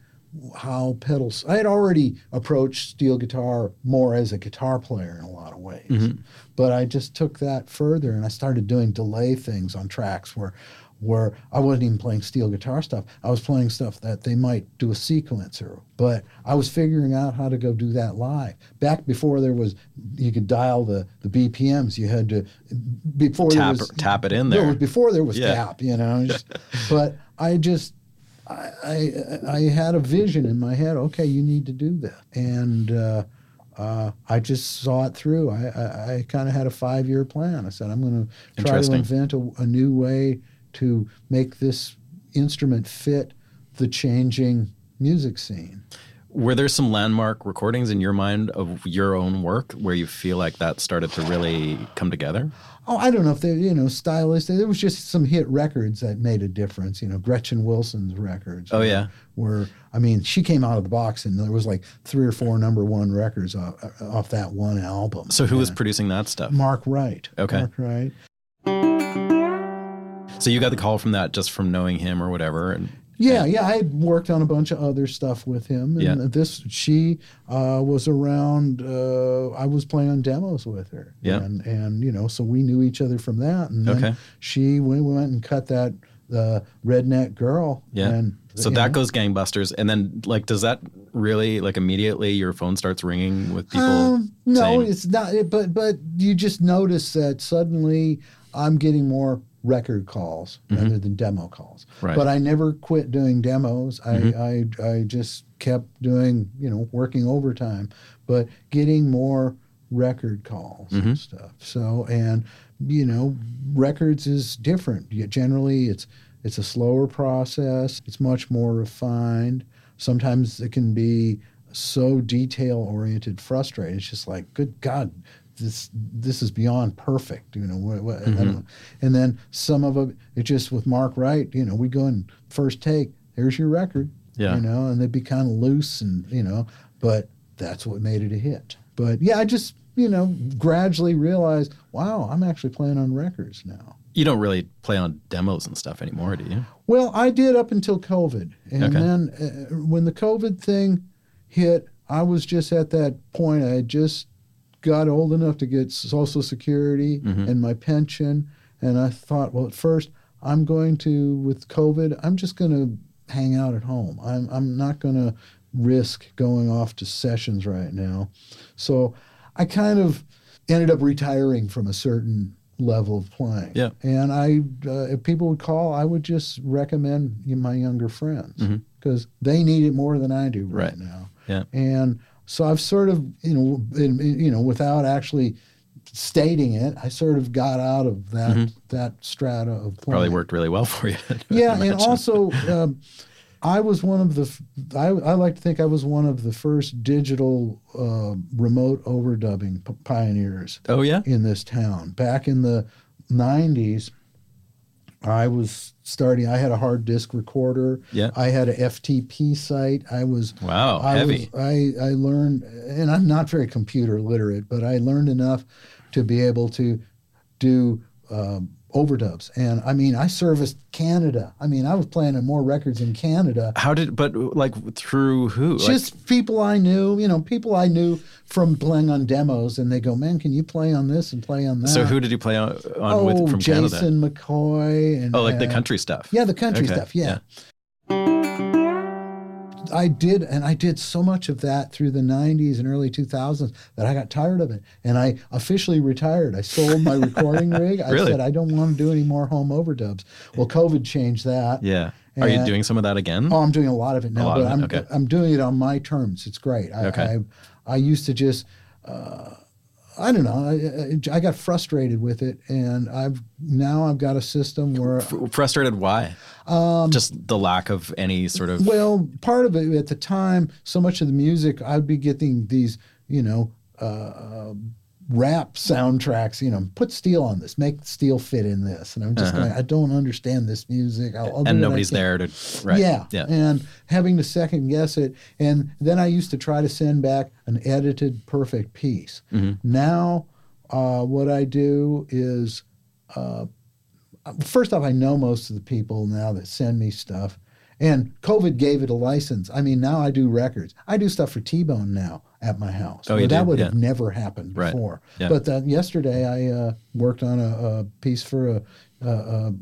S2: how pedals. I had already approached steel guitar more as a guitar player in a lot of ways, but I just took that further and I started doing delay things on tracks where. Where I wasn't even playing steel guitar stuff. I was playing stuff that they might do a sequencer, but I was figuring out how to go do that live. Back before there was, you could dial the, the BPMs. You had to, before there
S1: Tap
S2: was,
S1: tap it in
S2: no, it
S1: there.
S2: was before there was
S1: Yeah.
S2: tap, you
S1: [LAUGHS]
S2: know. just- but I just, I, I, I had a vision in my head. Okay, you need to do that, and uh, uh, I just saw it through. I, I, I kind of had a five-year plan. I said, I'm going to try to
S1: Interesting.
S2: invent a, a new way to make this instrument fit the changing music scene.
S1: Were there some landmark recordings in your mind of your own work where you feel like that started to really come together?
S2: Oh, I don't know if they, you know, stylistic. There was just some hit records that made a difference. You know, Gretchen Wilson's records.
S1: Oh,
S2: were-
S1: yeah.
S2: Were I mean, she came out of the box and there was like three or four number one records off, off that one album.
S1: So who was producing that stuff?
S2: Mark Wright.
S1: Okay.
S2: Mark Wright.
S1: So you got the call from that just from knowing him or whatever, and
S2: Yeah, yeah. I had worked on a bunch of other stuff with him. And
S4: Yeah.
S2: this, she uh, was around, uh, I was playing on demos with her.
S4: Yeah.
S2: And, and, you know, so we knew each other from that. And
S4: Okay.
S2: then she, we went and cut that uh, redneck girl.
S4: Yeah.
S2: And,
S4: so
S2: you
S4: that
S2: know.
S4: goes gangbusters, and then like, does that really like immediately your phone starts ringing with people?
S2: Um, no,
S4: saying-
S2: it's not. It, but but you just notice that suddenly I'm getting more record calls rather than demo calls.
S4: Mm-hmm. Right. Mm-hmm.
S2: But I never quit doing demos. I, I I just kept doing you know working overtime, but getting more record calls
S4: Mm-hmm.
S2: and stuff. So and you know records is different. You- Generally, it's it's a slower process. It's much more refined. Sometimes it can be so detail oriented, frustrated. It's just like, good God, this this is beyond perfect. You know, what, what, I don't know. and then some of it, it just with Mark Wright. You know, we go in first take. Here's your record.
S4: Yeah.
S2: You know, and they'd be kind of loose, and you know, but that's what made it a hit. But yeah, I just you know gradually realized, wow, I'm actually playing on records now.
S4: you don't really play on demos and stuff anymore, do you?
S2: Well, I did up until COVID, and
S4: Okay.
S2: then uh, when the COVID thing hit, I was just at that point. I had just got old enough to get Social Security
S4: Mm-hmm.
S2: and my pension, and I thought, well, at first I'm going to with COVID, I'm just going to hang out at home. I'm I'm not going to risk going off to sessions right now, so I kind of ended up retiring from a certain level of playing.
S4: Yeah.
S2: And I, uh, if people would call, I would just recommend you- my younger friends because they need it more than I do right,
S4: Mm-hmm. Right.
S2: now.
S4: Yeah.
S2: And so I've sort of, you know, in, in- you know, without actually stating it, I sort of got out of that that strata of playing.
S4: Mm-hmm. Probably worked really well for you. [LAUGHS]
S2: Yeah, and also, um, I was one of the. f- I, I like to think I was one of the first digital uh, remote overdubbing p- pioneers
S4: oh yeah,
S2: in this town. Back in the 90s, I was starting, I had a hard disk recorder.
S4: Yeah.
S2: I had a FTP site. I was.
S4: Wow,
S2: I
S4: heavy.
S2: Was, I, I learned, and I'm not very computer literate, but I learned enough to be able to do. Um, overdubs and i mean i serviced canada i mean i was playing at more records in canada
S4: how did but like through who? Like,
S2: just people I knew, you know, people I knew from playing on demos, and they go, "Man, can you play on this and play on that?"
S4: so who did you play on, on
S2: uh, oh,
S4: with from
S2: Jason
S4: Canada?
S2: McCoy and
S4: Oh, like the
S2: uh,
S4: country stuff.
S2: Yeah, the country
S4: Okay,
S2: stuff. Yeah. I did, and I did so much of that through the '90s and early 2000s that I got tired of it, and I officially retired. I sold my
S4: [LAUGHS]
S2: recording rig. I
S4: Really?
S2: said I don't want to do any more home overdubs. Well, COVID changed that.
S4: Yeah. Are you
S2: And-
S4: doing some of that again?
S2: Oh, I'm doing a lot of it now,
S4: lot
S2: but
S4: of it,
S2: I'm
S4: okay.
S2: I'm doing it on my terms. It's great. I,
S4: Okay.
S2: I, I used to just, uh, I don't know. I, I- I got frustrated with it, and I've now I've got a system where
S4: F- Frustrated? Why? Um, just the lack of any sort of.
S2: Well, part of it at the time, so much of the music, I'd be getting these, you know, uh, rap soundtracks. You know, put steel on this, make steel fit in this, and I'm just going, I don't understand this music. I'll, I'll do what I
S4: Uh-huh. and nobody's
S2: can.
S4: there to. Right.
S2: Yeah.
S4: Yeah.
S2: And having to second guess it. And then I used to try to send back an edited perfect piece.
S4: Mm-hmm.
S2: Now, uh, what I do is uh, first off, I know most of the people now that send me stuff. And COVID gave it a license. I mean, now I do records. I do stuff for T Bone now at my house.
S4: Oh, you
S2: that
S4: do?
S2: would
S4: Yeah.
S2: have never happened
S4: Right.
S2: before.
S4: Yeah.
S2: But uh, yesterday I uh, worked on a, a piece for a, a, a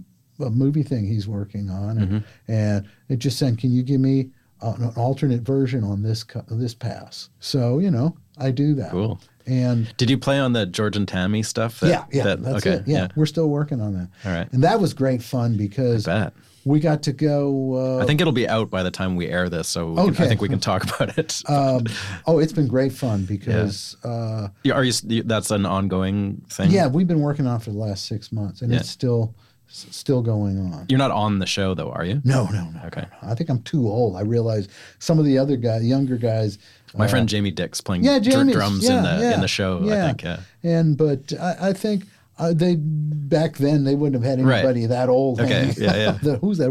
S2: a movie thing he's working on, and,
S4: Mm-hmm.
S2: and it just said, "Can you give me uh, an alternate version on this co- this pass?" So you know, I do that.
S4: Cool.
S2: And
S4: Did you play on the George and Tammy stuff? that-
S2: yeah, yeah,
S4: that-
S2: that's
S4: okay.
S2: it. Yeah, we're still working on that.
S4: All right.
S2: And that was great fun because
S4: Bet.
S2: we got to go.
S4: [LAUGHS]
S2: Uh,
S4: I think it'll be out by the time we air this, so we can- I
S2: Okay.
S4: think we can talk [LAUGHS] about it.
S2: um, oh, it's been great fun because. Uh,
S4: Yeah, Are you? s- you- That's an ongoing thing.
S2: yeah, we've been working on it for the last six months, and
S4: Yeah.
S2: it's still s- still going on.
S4: You're not on the show though, are you?
S2: No, no, no.
S4: Okay.
S2: I think I'm too old. I realize some of the other guys, younger guys.
S4: My friend Jamie Dick's playing
S2: Uh, Yeah,
S4: dr-
S2: Jamie's,
S4: drums in
S2: yeah,
S4: the
S2: yeah,
S4: in the show.
S2: yeah.
S4: I think. Yeah.
S2: And but I, I think uh, they back then they wouldn't have had
S4: Right.
S2: anybody that old.
S4: Okay,
S2: hanging
S4: yeah, yeah.
S2: out. [LAUGHS] The- who's that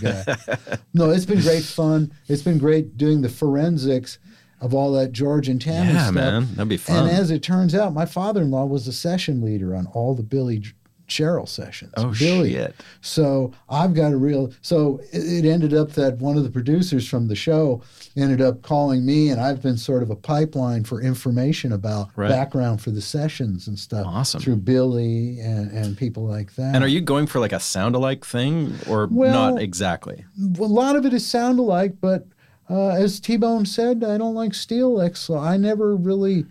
S4: [LAUGHS]
S2: guy? no, it's been great fun. It's been great doing the forensics of all that George and Tammy
S4: Yeah,
S2: stuff.
S4: man, that'd be fun.
S2: And as it turns out, my father-in-law was the session leader on all the Billy J- Cheryl sessions.
S4: Oh,
S2: Billy.
S4: shit.
S2: So I've got a real. So it, it ended up that one of the producers from the show ended up calling me, and I've been sort of a pipeline for information about
S4: Right.
S2: background for the sessions and stuff.
S4: Awesome.
S2: Through Billy and, and people like that.
S4: And are you going for like a sound alike thing or
S2: Well-
S4: not exactly?
S2: a lot of it is sound alike, but uh, as T Bone said, I don't like Steel X, so I never really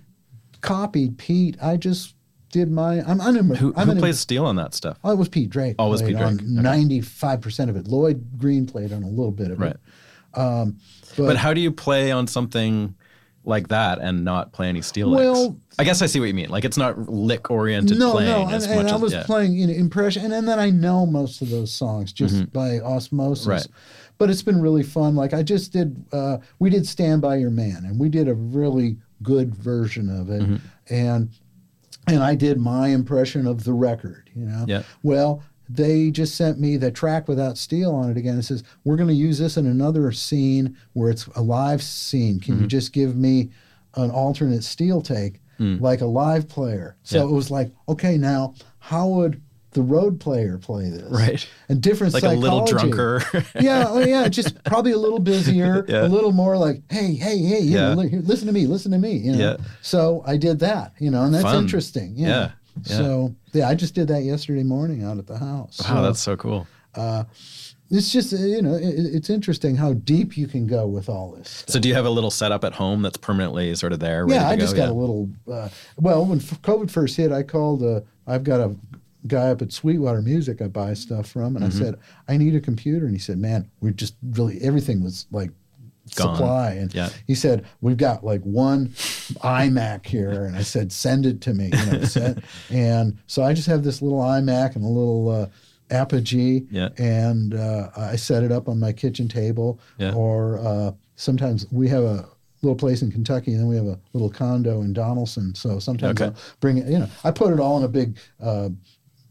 S2: copied Pete. I just did my. I'm unimmersed.
S4: Who,
S2: I'm
S4: who
S2: an-
S4: plays steel on that stuff?
S2: Oh, it was Pete Drake.
S4: Oh, it was
S2: played
S4: Pete
S2: on
S4: Drake. Okay.
S2: Ninety-five percent of it. Lloyd Green played on a little bit of
S4: Right.
S2: it.
S4: but,
S2: Um, but-
S4: how do you play on something like that and not play any steel
S2: Well-
S4: I guess I see what you mean. Like it's not lick oriented
S2: No,
S4: playing
S2: no, and,
S4: as
S2: and
S4: much
S2: I
S4: as
S2: was
S4: yeah.
S2: playing you know, impression, and, and then I know most of those songs just by osmosis.
S4: Mm-hmm. Right.
S2: But it's been really fun. Like I just did, uh, we did "Stand by Your Man," and we did a really good version of it,
S4: Mm-hmm.
S2: and and I did my impression of the record. You know,
S4: Yeah.
S2: well. They just sent me the track without steel on it again. It says, We're going to use this in another scene where it's a live scene. Can
S4: Mm-hmm.
S2: you just give me an alternate steel take like a live player? So
S4: Mm. Yeah.
S2: it was like, okay, now how would the road player play this?
S4: Right.
S2: And different
S4: Like a little
S2: psychology.
S4: drunker. [LAUGHS]
S2: yeah, oh yeah, just probably a little busier,
S4: Yeah.
S2: a little more like, hey, hey, hey, you
S4: Yeah.
S2: know, li- here, listen to me, listen to me. You know?
S4: Yeah.
S2: So I did that, you know, and that's
S4: Fun.
S2: interesting. you
S4: Yeah,
S2: know.
S4: yeah.
S2: So yeah, I just did that yesterday morning out at the house.
S4: Wow,
S2: So
S4: that's so cool.
S2: it's just uh, you know, it, it's interesting how deep you can go with all this.
S4: So do you have a little setup at home that's permanently sort of there? ready
S2: Yeah,
S4: to
S2: I
S4: go?
S2: just got a little. Uh, well, when f- COVID first hit, I called. Uh, I've got a guy up at Sweetwater Music I buy stuff from,
S4: Mm-hmm.
S2: and I said I need a computer, and he said, "Man, we're just really everything was like."
S4: Gone.
S2: Supply and
S4: Yeah.
S2: he said we've got like one iMac here, and I said send it to me. You know, [LAUGHS] send, and so I just have this little iMac and a little uh, Apogee,
S4: Yeah.
S2: and uh, I set it up on my kitchen table,
S4: Yeah.
S2: or uh, sometimes we have a little place in Kentucky, and then we have a little condo in Donaldson. So sometimes
S4: Okay.
S2: I'll bring it. You know, I put it all in a big uh,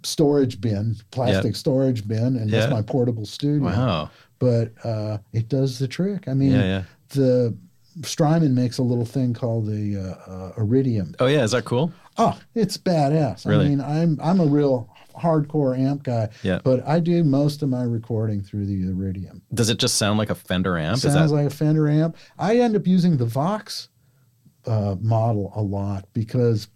S2: storage bin, plastic storage bin, and
S4: Yeah.
S2: that's my portable studio.
S4: Wow.
S2: But uh, it does the trick. I mean,
S4: Yeah, yeah.
S2: the Strymon makes a little thing called the uh, uh, iridium.
S4: Oh yeah, is that cool?
S2: Oh, it's badass.
S4: Really?
S2: I mean, I'm I'm a real hardcore amp guy,
S4: Yeah.
S2: but I do most of my recording through the iridium.
S4: Does it just sound like a Fender amp? Is
S2: Sounds
S4: that-
S2: like a Fender amp. I end up using the Vox uh, model a lot because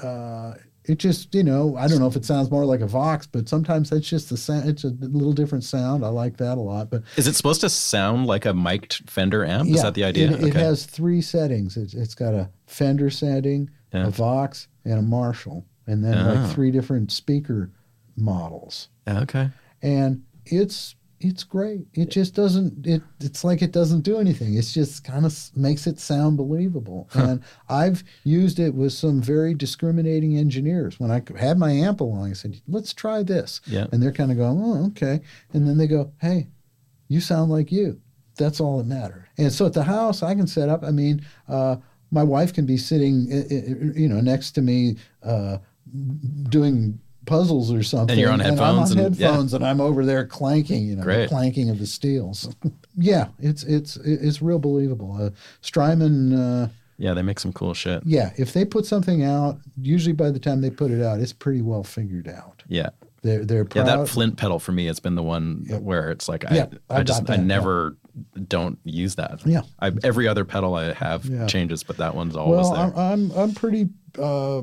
S2: uh, it just, you know, I don't know if it sounds more like a Vox, but sometimes that's just the sound. It's a little different sound. I like that a lot. But
S4: is it supposed to sound like a mic'd Fender amp? is
S2: yeah,
S4: that the idea?
S2: It, it has three settings. It's, it's got a Fender setting,
S4: Yeah.
S2: a Vox, and a Marshall, and then
S4: Oh.
S2: like three different speaker models.
S4: okay.
S2: and it's it's great. It just doesn't. It it's like it doesn't do anything. It's just kind of makes it sound believable. And I've used it with some very discriminating engineers. When I had my amp along, I said, "Let's try this."
S4: Yeah.
S2: And they're kind of going, "Oh, okay." And then they go, "Hey, you sound like you." That's all that matters. And so at the house, I can set up. I mean, uh, my wife can be sitting, i- i- you know, next to me, uh, doing puzzles or something.
S4: you're on headphones
S2: I'm on
S4: and- yeah.
S2: headphones, and I'm over there clanking, you know,
S4: Great.
S2: the clanking of the steels. [LAUGHS] yeah, it's it's it's real believable. Uh, Strymon. Uh,
S4: Yeah, they make some cool shit.
S2: yeah, if they put something out, usually by the time they put it out, it's pretty well figured out.
S4: Yeah.
S2: They're they're
S4: Yeah,
S2: proud.
S4: that Flint pedal for me has been the one where it's like I,
S2: Uh, Yeah,
S4: I
S2: I've
S4: just
S2: got
S4: I
S2: that,
S4: never don't use that.
S2: Yeah.
S4: I, every other pedal I have
S2: Yeah.
S4: changes, but that one's always
S2: well,
S4: there.
S2: I'm, I'm I'm pretty uh,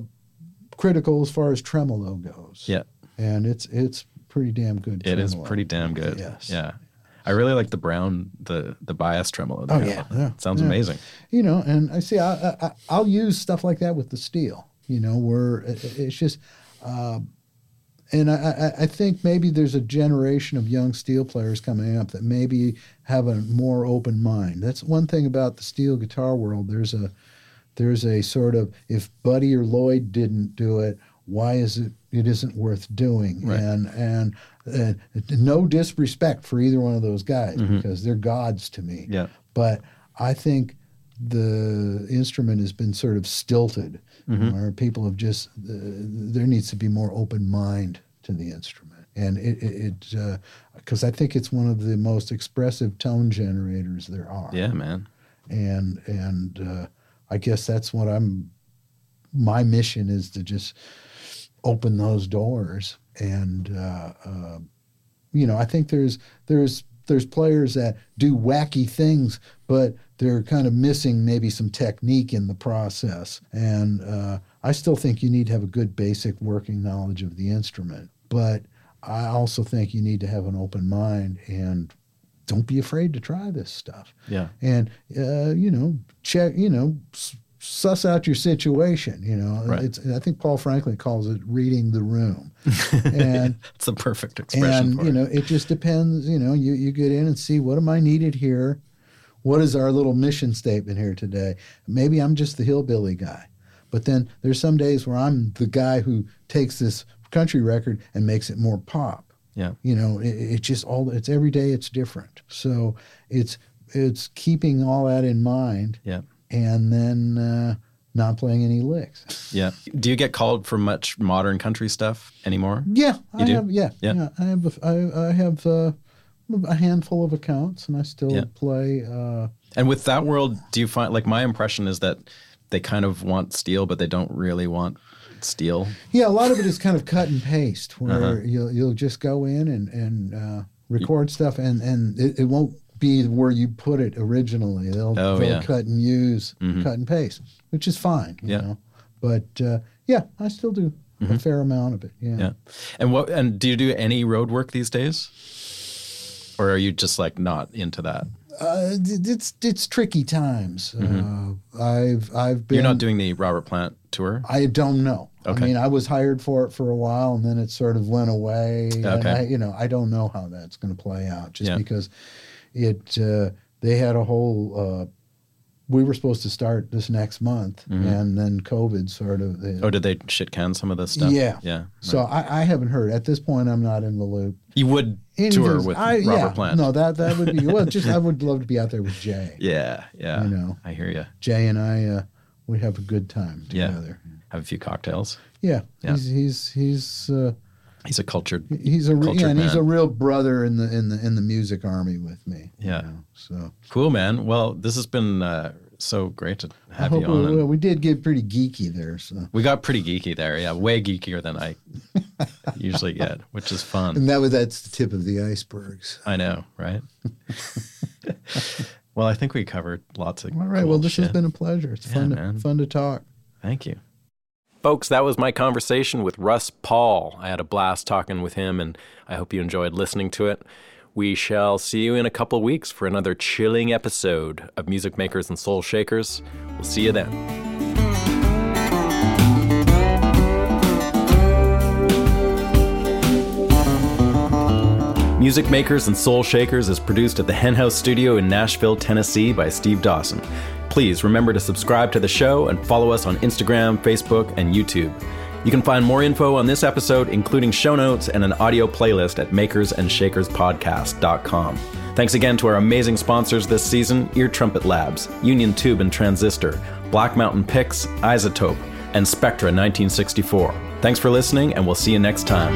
S2: critical as far as tremolo goes.
S4: yeah,
S2: and it's it's pretty damn good.
S4: it is
S2: tremolo.
S4: pretty damn good.
S2: Yes.
S4: Yeah, I really like the brown the the bias tremolo.
S2: Oh, yeah, yeah,
S4: sounds
S2: yeah.
S4: amazing.
S2: you know and i see I, I I- i'll use stuff like that with the steel you know where it, it- it's just um, and I, I- I think maybe there's a generation of young steel players coming up that maybe have a more open mind that's one thing about the steel guitar world there's a there's a sort of if buddy or lloyd didn't do it why is it it isn't worth doing
S4: Right.
S2: and and uh, no disrespect for either one of those guys because they're gods to me
S4: Mm-hmm. Yeah.
S2: but I think the instrument has been sort of stilted, where people have just uh, there needs to be more open mind to the instrument, and it it because I think it's one of the most expressive tone generators there are,
S4: Yeah, man.
S2: and and uh, I guess that's what I'm. My mission is to just open those doors. And uh, uh, you know, I think there's there's there's players that do wacky things, but they're kind of missing maybe some technique in the process. And uh, I still think you need to have a good basic working knowledge of the instrument, but I also think you need to have an open mind and don't be afraid to try this stuff.
S4: Yeah.
S2: And uh, you know, check. You know. S- Suss out your situation, you know.
S4: Right.
S2: It's, I think Paul Franklin calls it reading
S4: [LAUGHS]
S2: the room, and
S4: It's the perfect expression
S2: and
S4: for
S2: you
S4: it.
S2: know it just depends you know you, you get in and see what am i needed here what is our little mission statement here today maybe i'm just the hillbilly guy but then there's some days where i'm the guy who takes this country record and makes it more pop
S4: yeah.
S2: you know it, it just all it's every day it's different so it's it's keeping all that in mind
S4: Yeah.
S2: and then uh, not playing any licks
S4: Yeah. Do you get called for much modern country stuff anymore?
S2: Yeah, I
S4: do?
S2: have. Yeah,
S4: Yeah.
S2: yeah, I have. A, f- I, I have uh, a handful of accounts, and I still
S4: Yeah.
S2: play. Uh,
S4: And with that world, do you find like my impression is that they kind of want steel, but they don't really want steel.
S2: yeah, a lot of it is kind of cut and paste, where
S4: Uh-huh.
S2: you'll you'll just go in and and uh, record stuff, and and it, it won't be where you put it originally. They'll,
S4: Oh,
S2: they'll
S4: yeah. Mm-hmm.
S2: cut and use, cut and paste, which is fine. You
S4: Yeah. Mm-hmm.
S2: know? but uh, yeah, I still do a fair amount of it. Yeah.
S4: Yeah. And what and do you do any road work these days? Or are you just like not into that?
S2: Uh, it- it's it's tricky times. Uh, I've I've been
S4: Mm-hmm. You're not doing the Robert Plant tour?
S2: I don't know.
S4: Okay.
S2: I mean, I was hired for it for a while, and then it sort of went away. And
S4: Okay.
S2: I, you know, I don't know how that's going to play out, just
S4: Yeah.
S2: because it. Uh, they had a whole. Uh, we were supposed to start this next month,
S4: Mm-hmm.
S2: and then COVID sort of.
S4: Or
S2: uh,
S4: Oh, did they shit can some of the stuff?
S2: Yeah.
S4: Yeah.
S2: so I, I haven't heard. At this point, I'm not in the loop.
S4: You would tour
S2: Anything's-
S4: with
S2: I-
S4: Robert
S2: yeah,
S4: Plant.
S2: No, that that would be well. Just
S4: [LAUGHS]
S2: I would love to be out there with Jay.
S4: Yeah, yeah.
S2: You know.
S4: I hear you.
S2: Jay and I uh, would have a good time
S4: Yeah.
S2: together.
S4: Have a few cocktails.
S2: Yeah,
S4: Yeah.
S2: he's he's he's. Uh,
S4: He's a cultured.
S2: he's a re-
S4: Cultured
S2: yeah, and he's
S4: man.
S2: a real brother in the in the in the music army with me. you
S4: Yeah.
S2: know, so
S4: Cool, man. Well, this has been uh, so great to
S2: I
S4: have
S2: hope
S4: you on.
S2: we,
S4: and-
S2: we did get pretty geeky there. So
S4: We got pretty geeky there, yeah, way geekier than I usually get, which is fun.
S2: and that was that's the tip of the iceberg. so.
S4: I know, right? well, I think we covered lots of.
S2: All right.
S4: cool
S2: well, this has
S4: shit.
S2: been a pleasure. It's fun
S4: Yeah,
S2: to,
S4: man.
S2: fun to talk.
S4: Thank you.
S1: Folks, that was my conversation with Russ Paul. I had a blast talking with him, and I hope you enjoyed listening to it. We shall see you in a couple weeks for another chilling episode of Music Makers and Soul Shakers. We'll see you then. Music Makers and Soul Shakers is produced at the Henhouse Studio in Nashville, Tennessee by Steve Dawson. Please remember to subscribe to the show and follow us on Instagram, Facebook, and YouTube. You can find more info on this episode, including show notes and an audio playlist at makersandshakerspodcast.com. Thanks again to our amazing sponsors this season Ear Trumpet Labs, Union Tube and Transistor, Black Mountain Picks, Isotope, and Spectra 1964. Thanks for listening, and we'll see you next time.